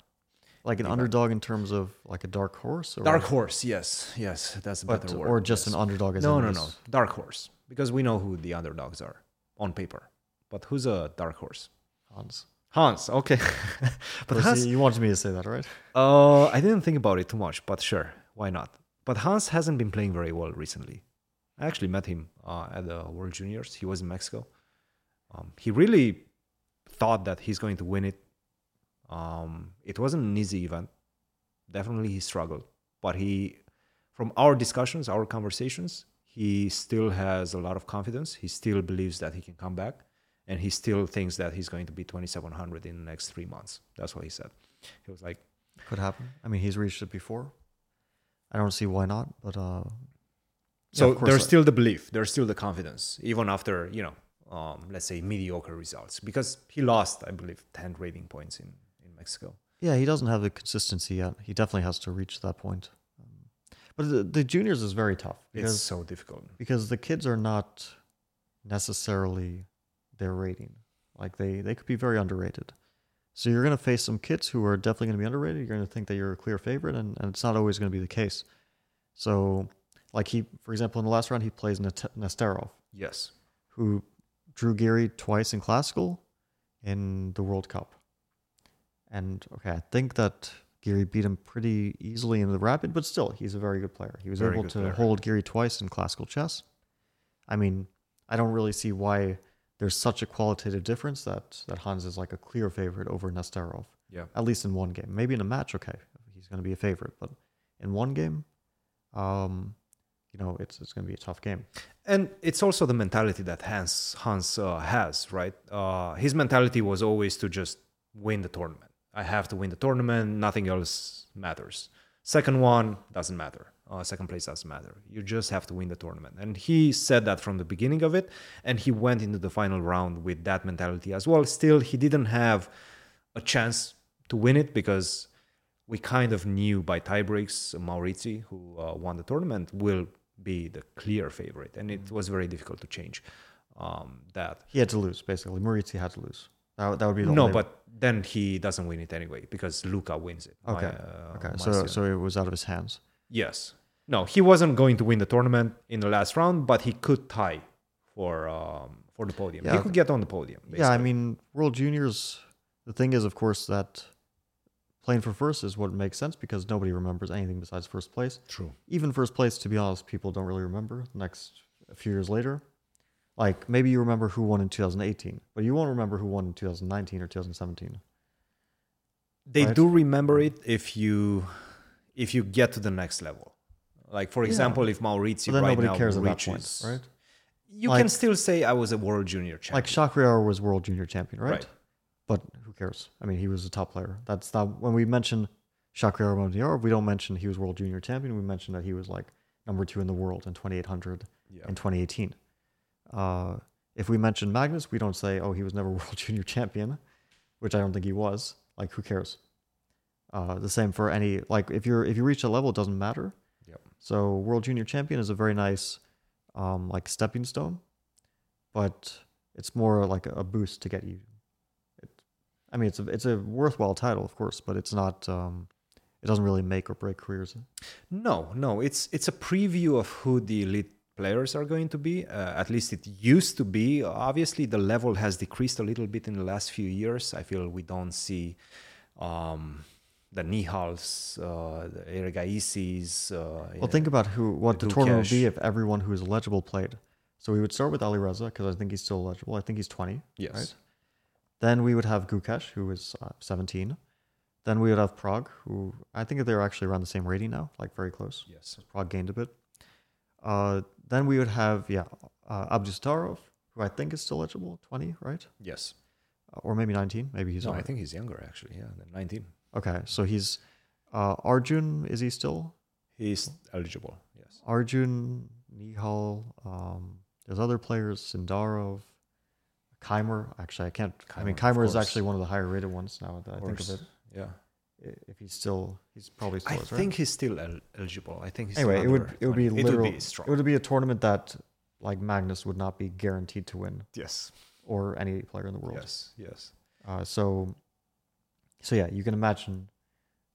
Like an underdog in terms of like a dark horse or
Dark horse. Yes, yes, that's a
but,
better word.
or just an
yes.
underdog. As
no,
in
no,
this-
no, dark horse because we know who the underdogs are on paper. But who's a dark horse?
Hans.
Hans. Okay, but
Or see,
Hans.
you wanted me to say that, right?
Uh, I didn't think about it too much, but sure, why not? But Hans hasn't been playing very well recently. I actually met him uh, at the World Juniors. He was in Mexico. Um, he really thought that he's going to win it. Um, it wasn't an easy event. Definitely, he struggled. But he, from our discussions, our conversations, he still has a lot of confidence. He still believes that he can come back, and he still thinks that he's going to be 2700 in the next three months. That's what he said. He was like,
could happen. I mean, he's reached it before. I don't see why not, but uh,
So
of course, uh,
there's
I-
still the belief, there's still the confidence, even after you know, um, let's say mediocre results, because he lost, I believe, ten rating points in in Mexico.
yeah, he doesn't have the consistency yet. He definitely has to reach that point. Um, but the, the juniors is very tough
It's
because
so difficult.
because the kids are not necessarily their rating. Like they they could be very underrated. So you're going to face some kids who are definitely going to be underrated. You're going to think that you're a clear favorite, and, and it's not always going to be the case. So, like he, for example, in the last round, he plays Nat- Nesterov,
Yes,
who drew Geary twice in classical in the World Cup. And okay, I think that Geary beat him pretty easily in the rapid, but still, he's a very good player. He was
Very
able
good
to
player.
hold Geary twice in classical chess. I mean, I don't really see why there's such a qualitative difference that, that Hans is like a clear favorite over Nesterov,
yeah,
at least in one game. Maybe in a match, okay, he's going to be a favorite, but in one game, um, you know, it's, it's going to be a tough game.
and it's also the mentality that Hans Hans uh, has, right? Uh, his mentality was always to just win the tournament. I have to win the tournament. Nothing else matters. Second one doesn't matter. Uh, second place doesn't matter. You just have to win the tournament. And he said that from the beginning of it. And he went into the final round with that mentality as well. Still, he didn't have a chance to win it because we kind of knew by tiebreaks Maurizi, who uh, won the tournament, will be the clear favorite. And
Mm-hmm.
it was very difficult to change um, that.
He had to lose, basically. Murici had to lose. That, that would be the
No,
only-
but then he doesn't win it anyway because Luca wins it.
okay,
My, uh,
okay.
my
So
student.
so it was out of his hands.
Yes. No, he wasn't going to win the tournament in the last round, but he could tie for um, for the podium.
Yeah,
he could get on the podium.
Yeah, I
basically.
mean, World Juniors. The thing is, of course, that playing for first is what makes sense because nobody remembers anything besides first place.
true.
Even first place, to be honest, people don't really remember. Next, a few years later, like maybe you remember who won in 2018, but you won't remember who won in 2019 or 2017.
They
Right?
do remember it if you if you get to the next level. Like for
Yeah.
example, if Maurizio
So then
right now
nobody cares at that
reaches,
point, right?
You
Like-
can still say I was a world junior champion.
Like Shakriar was world junior champion, right?
Right.
But who cares? I mean, he was a top player. That's not when we mention Shakriar Mamdiarov, we don't mention he was world junior champion. We mention that he was like number two in the world in 2800
Yeah.
in 2018. Uh, if we mention Magnus, we don't say, oh, he was never world junior champion, which I don't think he was. Like, who cares? Uh, the same for any like if you're if you reach a level, it doesn't matter.
Yep.
So world junior champion is a very nice um, like stepping stone, but it's more like a boost to get you. It, I mean, it's a it's a worthwhile title, of course, but it's not. Um, it doesn't really make or break careers.
No, no, it's it's a preview of who the elite players are going to be. Uh, at least it used to be. Obviously, the level has decreased a little bit in the last few years. I feel we don't see um, the Nihals, uh, the Ergaisis. Uh,
Well, think about who what the
Duke
tournament would be
Cash.
if everyone who is eligible played. So we would start with Ali Reza because I think he's still eligible. I think he's twenty.
Yes.
Then we would have Gukesh, who is uh, seventeen. Then we would have Prague, who I think they're actually around the same rating now, like very close.
Yes.
Prague gained a bit. Uh, then we would have yeah, uh, Abdustarov, who I think is still eligible, twenty, right?
Yes.
Or maybe nineteen. Maybe he's
no, I
alright.
think he's younger actually. Yeah, than 19.
okay. So he's uh, Arjun. Is he still
He's eligible. Yes.
Arjun, Nihal, um, there's other players, Sindarov, Keimer. Actually, I can't. I
Keimer,
mean,
of
Keimer is
course.
actually one of the higher rated ones now that I think of it.
Yeah.
I- If he's still, he's probably still.
I
is,
think he's still el- eligible. I think he's
Right? Anyway, it would
another
it would be
20.
literal.
It would be
It
strong.
would be a tournament that like Magnus would not be guaranteed to win,
yes.
or any player in the world.
Yes. Yes.
Uh, so, so yeah, you can imagine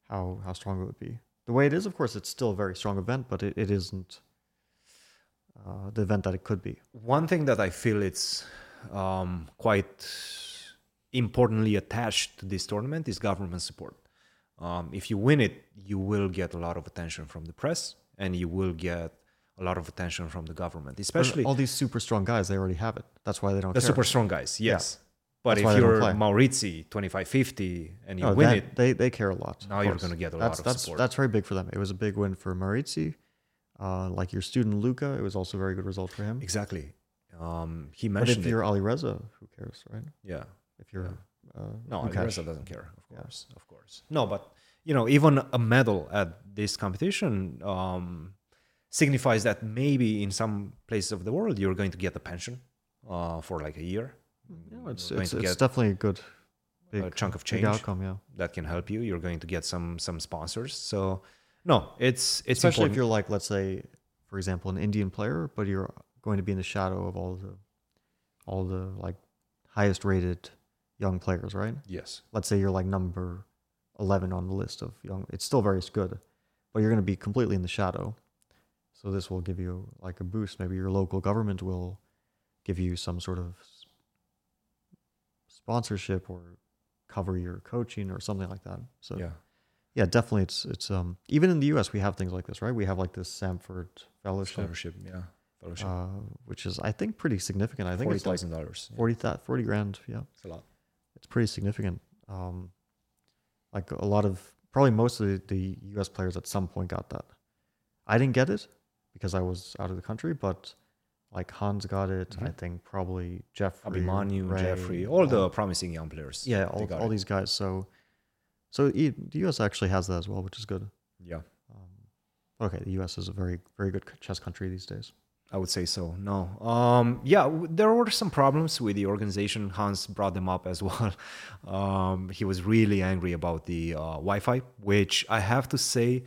how how strong it would be. The way it is, of course, it's still a very strong event, but it, it isn't uh, the event that it could be.
one thing that I feel it's um, quite importantly attached to this tournament is government support. Um, if you win it, you will get a lot of attention from the press, and you will get a lot of attention from the government, especially
all these super strong guys, they already have it. That's why they don't
the
care.
super strong guys. Yes, but
That's why
if
they don't
you're
play.
Maurizi, twenty five fifty, and you
No,
win
that-
it,
They they care a lot.
Now
of
you're
course.
gonna get a lot
that's,
of
that's,
support.
That's very big for them. It was a big win for Marizzi. Uh, like your student Luca, it was also a very good result for him.
exactly. Um, he
But if
mentioned it.
you're Ali Reza, who cares, right?
Yeah.
If you're uh,
No,
Lukash.
Alvarez doesn't care, of course, of course. No, but you know, even a medal at this competition um, signifies that maybe in some places of the world you're going to get a pension uh, for like a year.
No, it's
You're going
it's,
to
it's
get
definitely a good big,
a chunk of
big
change
outcome, yeah.
that can help you. You're going to get some some sponsors. So no, it's it's
Especially if
important.
you're like, let's say, for example, an Indian player, but you're going to be in the shadow of all the all the like highest rated young players, right?
yes,
let's say you're like number 11 on the list of young it's still very good but you're going to be completely in the shadow so this will give you like a boost maybe your local government will give you some sort of s- sponsorship or cover your coaching or something like that so
yeah,
yeah, definitely it's it's um even in the US we have things like this right we have like this Samford fellowship
fellowship, yeah, fellowship.
uh, which is I think pretty significant I think
Forty
it's like
thousand dollars.
40, thou- 40 grand yeah
It's a lot.
it's pretty significant. Um, like a lot of probably most of the, the U.S. players at some point got that. I didn't get it because I was out of the country, but like Hans got it. I
Mhm.
think probably Jeffrey,
Abimanyu,
Ray, uh,
Jeffrey, all the promising young players.
yeah,
they
all,
got
all
it.
these guys. So, so e- the U.S. actually has that as well, which is good.
Yeah.
Um, Okay, the U.S. is a very very good chess country these days.
I would say so. No. Um, yeah, w- there were some problems with the organization. Hans brought them up as well. Um, he was really angry about the uh, Wi Fi, which I have to say,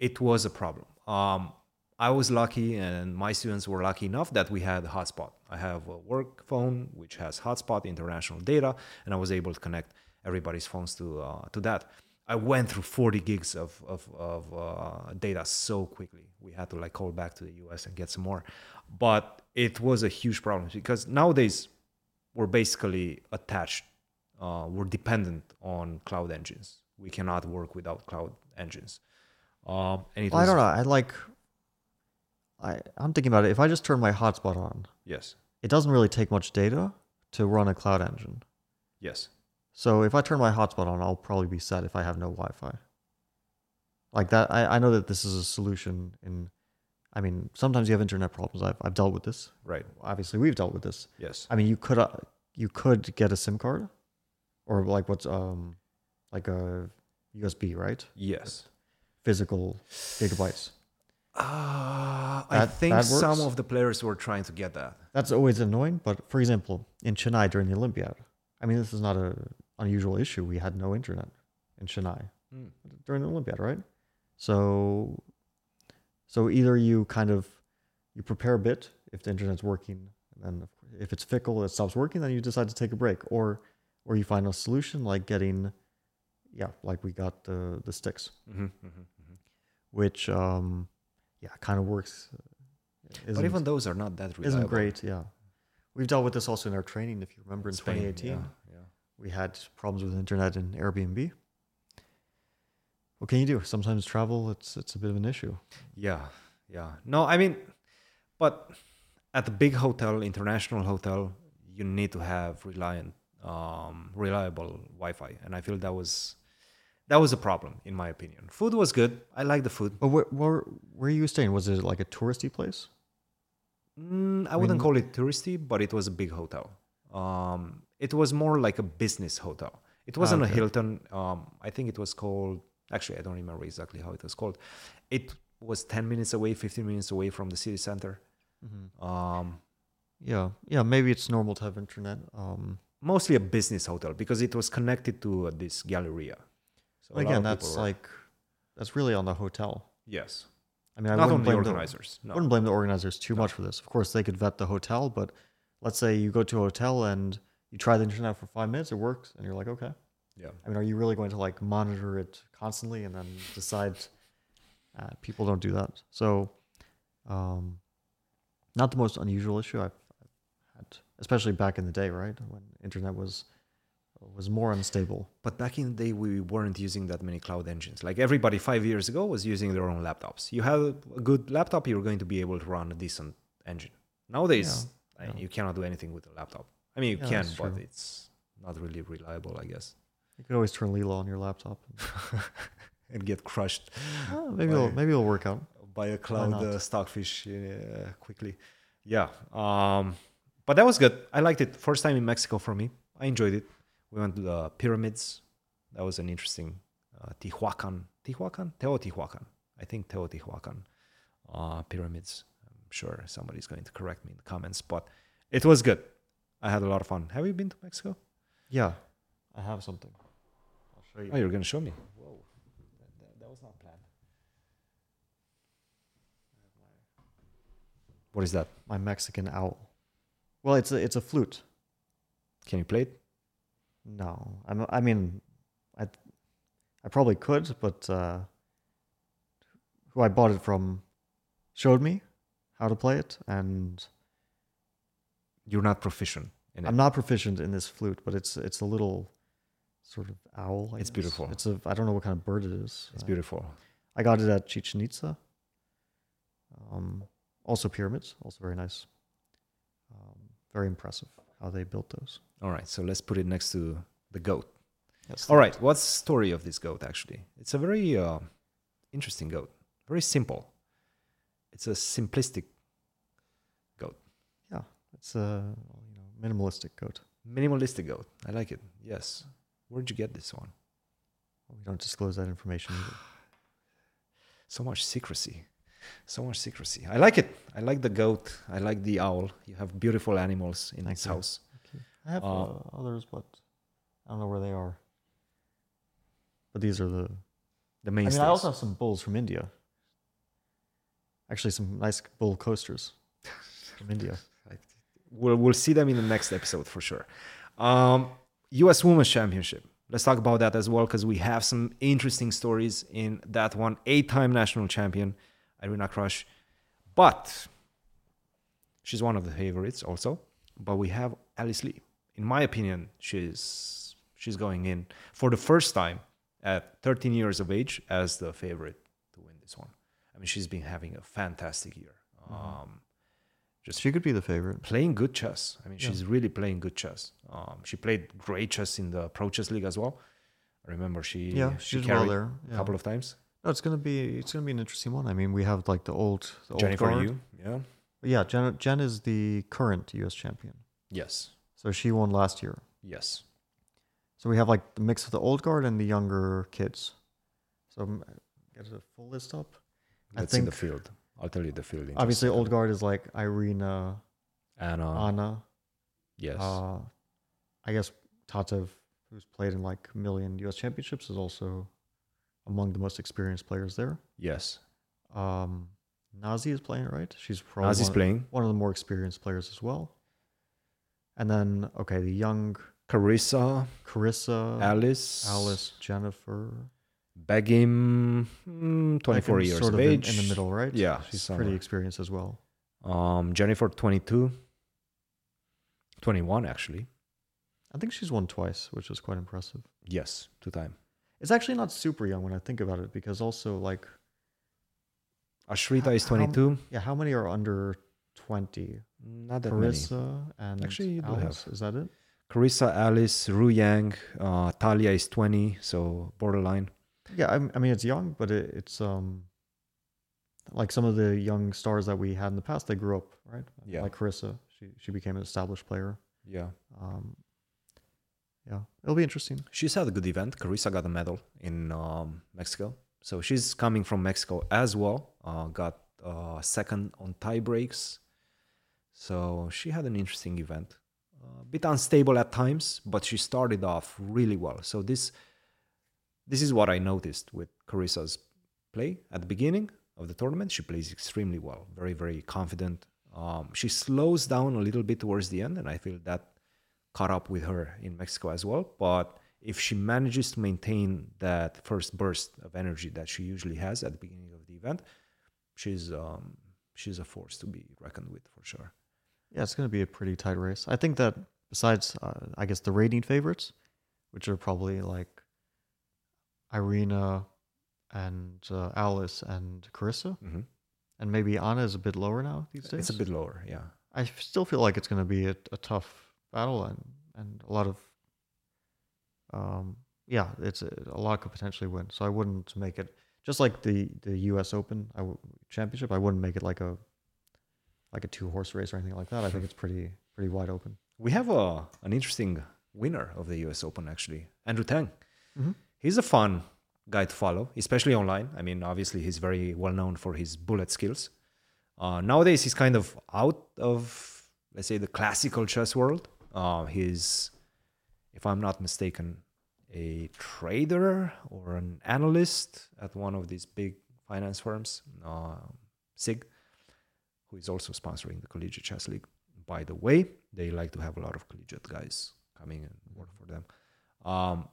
it was a problem. Um, I was lucky, and my students were lucky enough that we had a hotspot. I have a work phone which has hotspot international data, and I was able to connect everybody's phones to uh, to that. I went through 40 gigs of, of, of uh, data so quickly. We had to like call back to the US and get some more. But it was a huge problem because nowadays we're basically attached, uh, we're dependent on cloud engines. We cannot work without cloud engines. Um, and it
Well, I
was,
don't know. I like. I I'm thinking about it. If I just turn my hotspot on,
Yes,
it doesn't really take much data to run a cloud engine.
yes.
So if I turn my hotspot on, I'll probably be set if I have no Wi-Fi. Like that, I, I know that this is a solution. In, I mean, sometimes you have internet problems. I've I've dealt with this.
Right.
Obviously, we've dealt with this.
Yes.
I mean, you could uh, you could get a SIM card, or like what's um, like a USB, right?
Yes.
Physical gigabytes.
Uh, I
That-
think
that
some
works?
of the players were trying to get that.
That's always annoying. But for example, in Chennai during the Olympiad, I mean, this is not a unusual issue. We had no internet in Chennai
Mm.
during the Olympiad, right? So, so either you kind of you prepare a bit if the internet's working, and then if it's fickle, it stops working, then you decide to take a break, or or you find a solution like getting, yeah, like we got the the sticks,
Mhm, mhm, mhm.
which um, yeah, kind of works. uh, Isn't,
But even those are not that reliable.
isn't great, yeah. We've dealt with this also in our training. If you remember, in
Spain,
2018,
yeah, yeah.
we had problems with internet and Airbnb. What can you do? Sometimes travel, it's it's a bit of an issue.
Yeah, yeah. No, I mean, but at the big hotel, international hotel, you need to have reliant, um, reliable Wi-Fi, and I feel that was that was a problem in my opinion. Food was good. I like the food.
But where where, where you were staying? Was it like a touristy place?
Mm, I wouldn't call it touristy, but it was a big hotel. Um, it was more like a business hotel. It wasn't a Hilton. Um, I think it was called. Actually, I don't remember exactly how it was called. It was ten minutes away, fifteen minutes away from the city center. Um,
Yeah, yeah. Maybe it's normal to have internet. Um,
mostly a business hotel because it was connected to uh, this galleria. So a lot
again,
of
that's
people were-
like that's really on the hotel.
yes,
I mean, I
not on
wouldn't
the
blame
organizers.
The,
no,
Wouldn't blame the organizers too much for this. Of course, they could vet the hotel, but let's say you go to a hotel and you try the internet for five minutes, it works, and you're like, okay.
yeah,
I mean, are you really going to like monitor it constantly and then decide? Uh, people don't do that. So, um, not the most unusual issue I've, I've had, especially back in the day, right when internet was was more unstable.
but back in the day we weren't using that many cloud engines. Like everybody five years ago was using their own laptops. You have a good laptop, you're going to be able to run a decent engine. Nowadays, I- you cannot do anything with a laptop. I mean, you
Yeah,
can,
that's
but
true.
it's not really reliable, I guess,
You could always turn Lila on your laptop. And,
and get crushed
oh, maybe it'll, maybe it'll work out.
by a cloud
not?
uh, stockfish uh, quickly. Yeah. Um, but that was good. I liked it. First time in Mexico for me. I enjoyed it. We went to the pyramids. That was an interesting uh, Tihuacan. Tihuacan? Teotihuacan. I think Teotihuacan uh, pyramids. I'm sure somebody's going to correct me in the comments, but it was good. I had a lot of fun. Have you been to Mexico?
Yeah, I have something. I'll show you.
Oh, you're going to show me. Whoa. That, that, that was not planned. What is that?
My Mexican owl. Well, it's a it's a flute.
Can you play it?
No, I'm, I mean, I, I probably could, but uh, who I bought it from showed me how to play it, and
You're not proficient in it.
I'm not proficient in this flute, but it's it's a little sort of owl. I
It's
guess.
beautiful.
It's a I don't know what kind of bird it is.
it's
Uh,
beautiful.
I got it at Chichen Itza. Um, also pyramids, also very nice. Um, very impressive how they built those.
All right, so let's put it next to the goat.
Yes.
All right, what's the story of this goat actually? It's a very uh, interesting goat. Very simple. It's a simplistic goat.
Yeah, it's a you know minimalistic goat.
Minimalistic goat. I like it. Yes. Where'd you get this one?
We don't disclose that information. Either.
So much secrecy. So much secrecy. I like it. I like the goat. I like the owl. You have beautiful animals in
Thank
this
you.
house.
I have
Uh,
uh, others, but I don't know where they are. But these are the.
The
I
main
mean, I also have some bulls from India. Actually, some nice bull coasters from India.
we'll, we'll see them in the next episode for sure. Um, U.S. Women's Championship. Let's talk about that as well because we have some interesting stories in that one. Eight-time national champion Irina Crush, but she's one of the favorites also. But we have Alice Lee. In my opinion, she's she's going in for the first time at 13 years of age as the favorite to win this one. I mean, she's been having a fantastic year. Um,
She could be the favorite.
playing good chess. I mean, she's really playing good chess. Um, she played great chess in the Pro Chess League as well. I remember she
Yeah, she
she
did well
carried
there.
a
Yeah.
couple of times.
No, it's gonna be it's gonna be an interesting one. I mean, we have like the old the
Jennifer
old guard.
Yu, yeah,
Yeah, Jen, Jen is the current U.S. champion,
yes,
so she won last year.
yes,
So we have like the mix of the old guard and the younger kids. So um, get a full list up.
that's
I
in
think
the field. I'll tell you the field. in just a
obviously old
second.
guard is like Irina,
Anna,
Anna,
yes,
uh, I guess Tatev, who's played in like a million U.S. championships, is also among the most experienced players there.
yes.
Um, Nazi is playing, right? She's probably
Nazi's
one,
playing.
one of the more experienced players as well. And then okay, the young
Carissa,
Carissa,
Alice,
Uh, Alice, Jennifer.
Begim, mm, twenty-four
Beckham
years
sort
of,
in-
age
in, the middle, right?
Yeah,
she's pretty
somewhere.
experienced as well.
Um, Jennifer, twenty-two. 21 actually
I think she's won twice, which is quite impressive.
yes two time
It's actually not super young when I think about it, because also like
ashrita
How-
is
how-
22
yeah, how many are under twenty?
not that many
Carissa and
Actually, you do
Alice,
have.
is that it?
Carissa Alice, Ru Yang, uh, Talia is 20, so borderline.
Yeah, I'm- I, mean it's young, but it, it's um like some of the young stars that we had in the past. They grew up, right?
Yeah.
like Carissa, she she became an established player.
Yeah.
Um, yeah, it'll be interesting.
She's had a good event. Carissa got a medal in um, Mexico. So she's coming from Mexico as well. Uh, got uh, second on tie breaks. So she had an interesting event. Uh, A bit unstable at times, but she started off really well. So this this is what I noticed with Carissa's play at the beginning of the tournament. She plays extremely well, very very confident. Um, she slows down a little bit towards the end, and I feel that caught up with her in Mexico as well. But if she manages to maintain that first burst of energy that she usually has at the beginning of the event, she's um, she's a force to be reckoned with for sure.
Yeah, it's going to be a pretty tight race. I think that besides, uh, I guess the rating favorites, which are probably like Irina and uh, Alice and Carissa,
Mm-hmm.
and maybe Anna is a bit lower now these days.
It's a bit lower, yeah.
I f- still feel like it's going to be a, a tough battle and and a lot of. Um, yeah, it's a, a lot could potentially win. So I wouldn't make it just like the the U.S. Open I w- championship. I wouldn't make it like a like a two horse race or anything like that. I think it's pretty pretty wide open.
We have a an interesting winner of the U.S. Open actually, Andrew Tang. He's a fun guy to follow, especially online. I mean, obviously he's very well known for his bullet skills. Uh, nowadays, he's kind of out of let's say the classical chess world. Uh, he's, if I'm not mistaken, a trader or an analyst at one of these big finance firms, uh, Sig who is also sponsoring the Collegiate Chess League. By the way, they like to have a lot of collegiate guys coming and work for them. Um,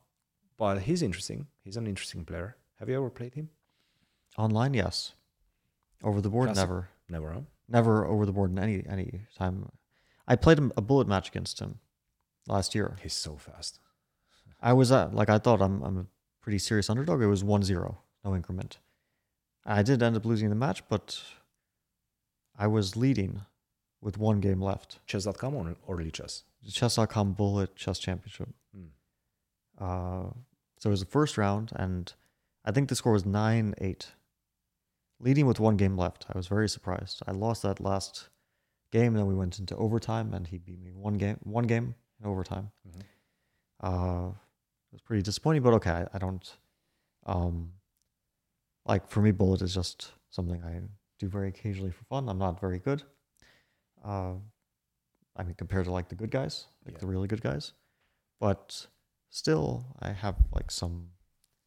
but he's interesting. He's an interesting player. Have you ever played him?
Online, yes. Over the board,
Classic.
never,
Never. Huh?
never over the board in any any time. I played him- a bullet match against him last year.
He's so fast.
I was at like I thought I'm I'm a pretty serious underdog. It was 1-0, no increment. I did end up losing the match, but I was leading with one game left.
Chess.com or Orly Chess?
The Chess.com Bullet Chess Championship.
Hmm.
Uh, so it was the first round, and I think the score was nine eight, leading with one game left. I was very surprised. I lost that last game, then we went into overtime, and he beat me one game, one game in overtime.
Mhm.
Uh, it was pretty disappointing, but okay, I, I don't. Um, like for me, bullet is just something I do very occasionally for fun. I'm not very good. Uh, I mean, compared to like the good guys, like
Yeah.
the really good guys, but still, I have like some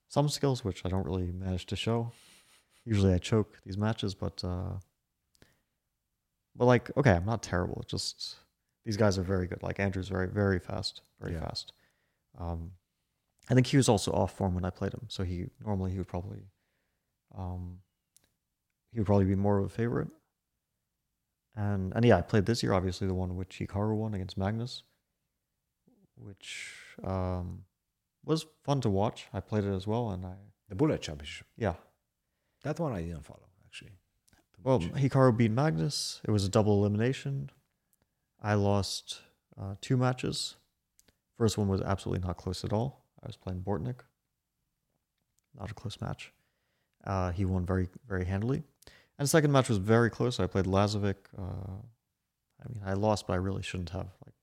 some skills which I don't really manage to show. Usually, I choke these matches, but uh, but like, okay, I'm not terrible. It's just these guys are very good. Like Andrew's very very fast, very
Yeah.
fast. Um, I think he was also off form when I played him, so he normally he would probably um, he would probably be more of a favorite. And and yeah, I played this year, obviously the one which Hikaru won against Magnus, which um, was fun to watch. I played it as well, and I
The Bullet Championship.
yeah.
That one I didn't follow actually. too
Well,
much.
Hikaru beat Magnus. It was a double elimination. I lost uh, two matches. First one was absolutely not close at all. I was playing Bortnik. Not a close match. Uh, he won very, very handily. And second match was very close. I played Lazovic. Uh, I mean, I lost, but I really shouldn't have. Like,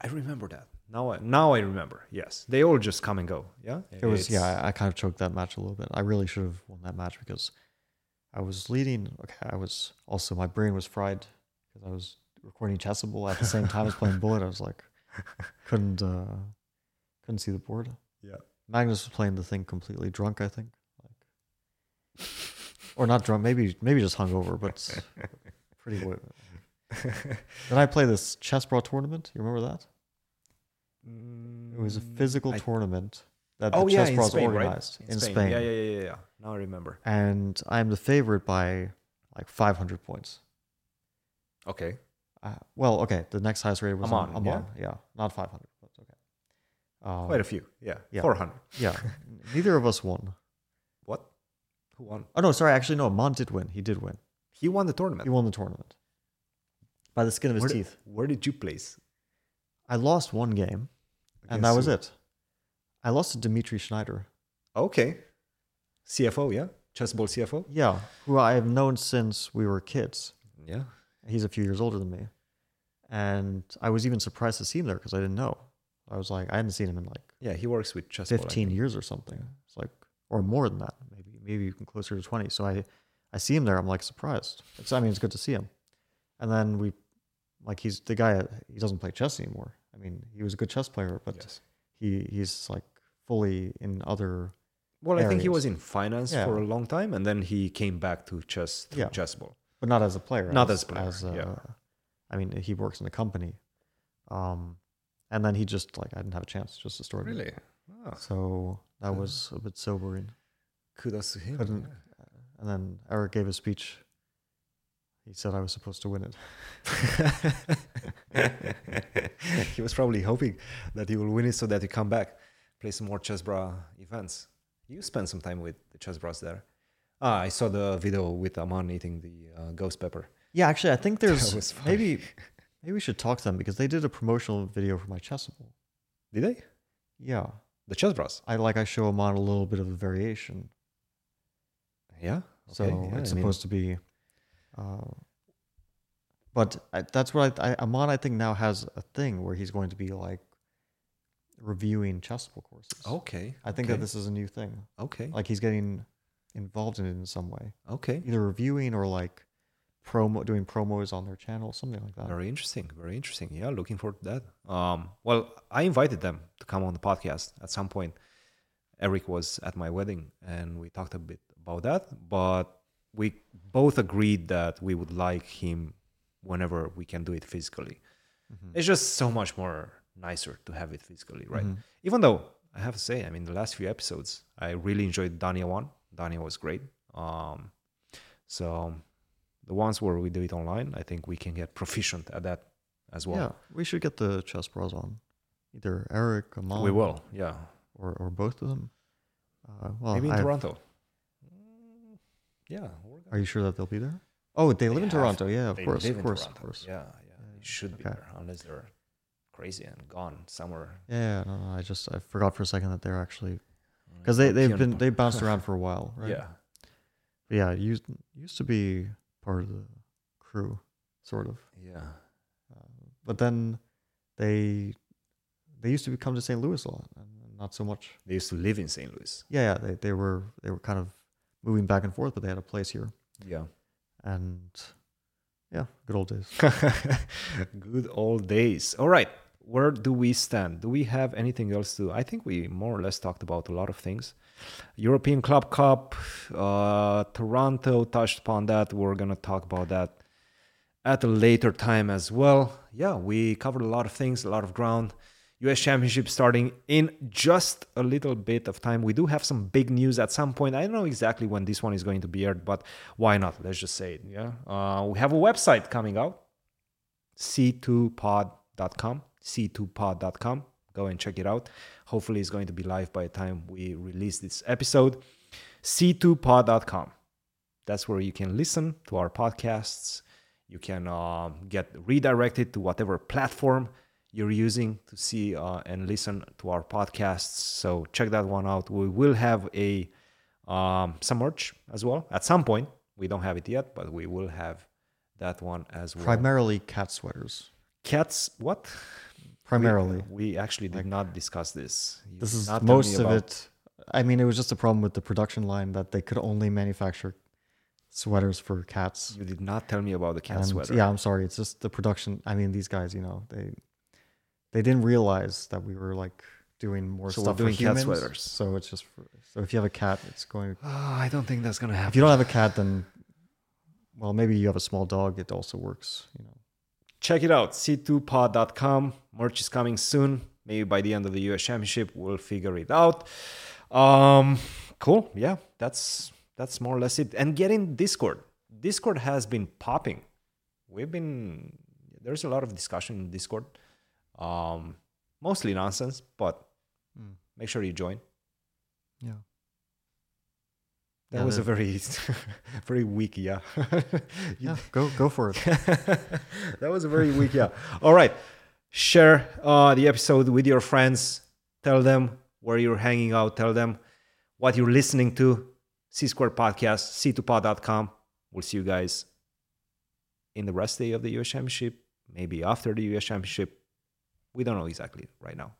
I remember that. Now I now I remember. Yes, they all just come and go. Yeah,
it was. Yeah,
It's-
I, I kind of choked that match a little bit. I really should have won that match because I was leading. Okay, I was also my brain was fried because I was recording Chessable at the same time as playing Bullet. I was like, couldn't uh, couldn't see the board.
Yeah.
Magnus was playing the thing completely drunk. I think, like, or not drunk. Maybe maybe just hungover, but pretty. wa- Then I play this chess brawl tournament. You remember that? It was a
Mm,
physical
I-
tournament that
Oh
the
yeah,
chess
in
brawls
Spain,
organized
right?
in Spain.
Yeah, yeah, yeah, yeah, yeah. Now I remember.
and I'm the favorite by like 500 points.
Okay.
Uh, well, okay, the next highest rated was
Amon,
Amon.
yeah.
Amon, yeah. not 500, but okay. Um,
Quite a few. Yeah.
yeah.
400.
yeah, neither of us won.
What? Who won?
Oh no, sorry, actually no, Amon did win. He did win.
He won the tournament.
He won the tournament by the skin of his
where,
teeth.
Where did you place?
I lost one game, and that
Against
was
who?
it. I lost to Dimitri Schneider.
Okay. CFO, yeah? Chessball CFO?
Yeah, who I have known since we were kids.
Yeah.
he's a few years older than me. And I was even surprised to see him there because I didn't know. I was like, I hadn't seen him in like
Yeah, he works with Chessball. I
15
think.
years or something. It's like, or more than that, maybe, maybe even closer to 20. So I, I see him there. I'm like surprised. It's, I mean, it's good to see him. And then we, like, he's the guy, he doesn't play chess anymore. I mean, he was a good chess player, but
Yes.
he, he's like fully in other,
Well, I think he
areas.
was in finance
Yeah.
for a long time and then he came back to chess through
Yeah.
Chessball.
but not as a player.
Not as a player,
uh,
yeah.
I mean, he works in a company. Um, and then he just like, I didn't have a chance, just destroyed me.
Oh,
So that
Uh,
was a bit sobering.
kudos to him.
Couldn't- And then Eric gave a speech. He said I was supposed to win it.
yeah. he was probably hoping that he will win it so that he come back, play some more Chessbra events. You spent some time with the Chessbras there. Ah, I saw the video with Aman eating the uh, ghost pepper.
Yeah, actually, I think
That was
there's
funny.
maybe maybe we should talk to them because they did a promotional video for my Chessable.
Did they?
Yeah,
The Chessbras.
I like I show them on a little bit of a variation,
Yeah.
so
Okay, yeah,
it's
I mean-
supposed to be. Uh, but I, that's what I, I Amon I think now has a thing where he's going to be like reviewing Chessable courses.
Okay.
I think
okay,
that this is a new thing.
Okay.
Like he's getting involved in it in some way.
Okay.
either reviewing or like promo doing promos on their channel, something like that.
Very interesting. Very interesting. Yeah, looking forward to that. Um, well, I invited them to come on the podcast at some point. Eric was at my wedding and we talked a bit about that, but we both agreed that we would like him whenever we can do it physically.
Mm-hmm.
It's just so much more nicer to have it physically, right?
Mm-hmm.
Even though I have to say, I mean, the last few episodes, I really enjoyed Dania one. Dania was great. Um, so the ones where we do it online, I think we can get proficient at that as
Yeah,
well.
we should get the chess bras on, either Eric, Amal,
we will. Yeah.
or or both of them. Uh, well,
Maybe in
I-
Toronto. Mm, Yeah. we're gonna-
Are you sure that they'll be there? Oh, they live in
have-
Toronto. Yeah, of
they
course,
live
of
in
course, of
Toronto.
course. Yeah,
Yeah. Yeah. They should be
okay.
there unless they're crazy and gone somewhere.
yeah, no, no, I just I forgot for a second that they're actually
Mm,
because they they've
European
been they bounced around for a while, right?
Yeah.
But yeah. Used used to be part of the crew, sort of.
Yeah.
Uh, but then they they used to come to St. Louis a lot, and not so much.
They used to live in St. Louis.
Yeah, yeah, they, they were they were kind of moving back and forth, but they had a place here.
Yeah.
and yeah, good old days.
Good old days. All right. Where do we stand? Do we have anything else to? I think we more or less talked about a lot of things. European Club Cup, uh, Toronto touched upon that. We're going to talk about that at a later time as well. Yeah, we covered a lot of things, a lot of ground. US Championship starting in just a little bit of time. We do have some big news at some point. I don't know exactly when this one is going to be aired, but why not? Let's just say it. Yeah. Uh, we have a website coming out c2pod.com. c2pod.com. Go and check it out. Hopefully, it's going to be live by the time we release this episode. c2pod.com. That's where you can listen to our podcasts. You can uh, get redirected to whatever platform you're using to see uh, and listen to our podcasts. So check that one out. We will have a um, some merch as well at some point. We don't have it yet, but we will have that one as well.
Primarily cat sweaters.
Cats, what?
Primarily.
We actually did not discuss this. You
this
did
is
not tell me
most of
about-
it. I mean, it was just a problem with the production line that they could only manufacture sweaters for cats.
You did not tell me about the cat
And,
sweater.
Yeah, I'm sorry. It's just the production. I mean, these guys, you know, they they didn't realize that we were like doing more
So we're
stuff
doing
for
cat
humans.
sweaters.
So it's just for, so if you have a cat, it's going.
Ah, I don't think that's gonna
If
happen.
you don't have a cat, then well, maybe you have a small dog. It also works. You know,
check it out c2pod.com merch is coming soon maybe by the end of the us championship we'll figure it out um cool yeah that's that's more or less it and get in discord discord has been popping we've been there's a lot of discussion in discord um mostly nonsense but
Mm.
make sure you join
yeah.
that
Yeah,
was
the-
a very very weak yeah You-
Yeah, go go for it.
that was a very weak yeah all right share uh, the episode with your friends tell them where you're hanging out tell them what you're listening to c squared podcast c2pod.com we'll see you guys in the rest day of the us championship maybe after the us championship we don't know exactly right now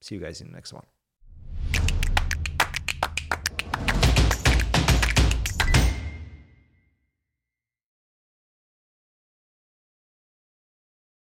see you guys in the next one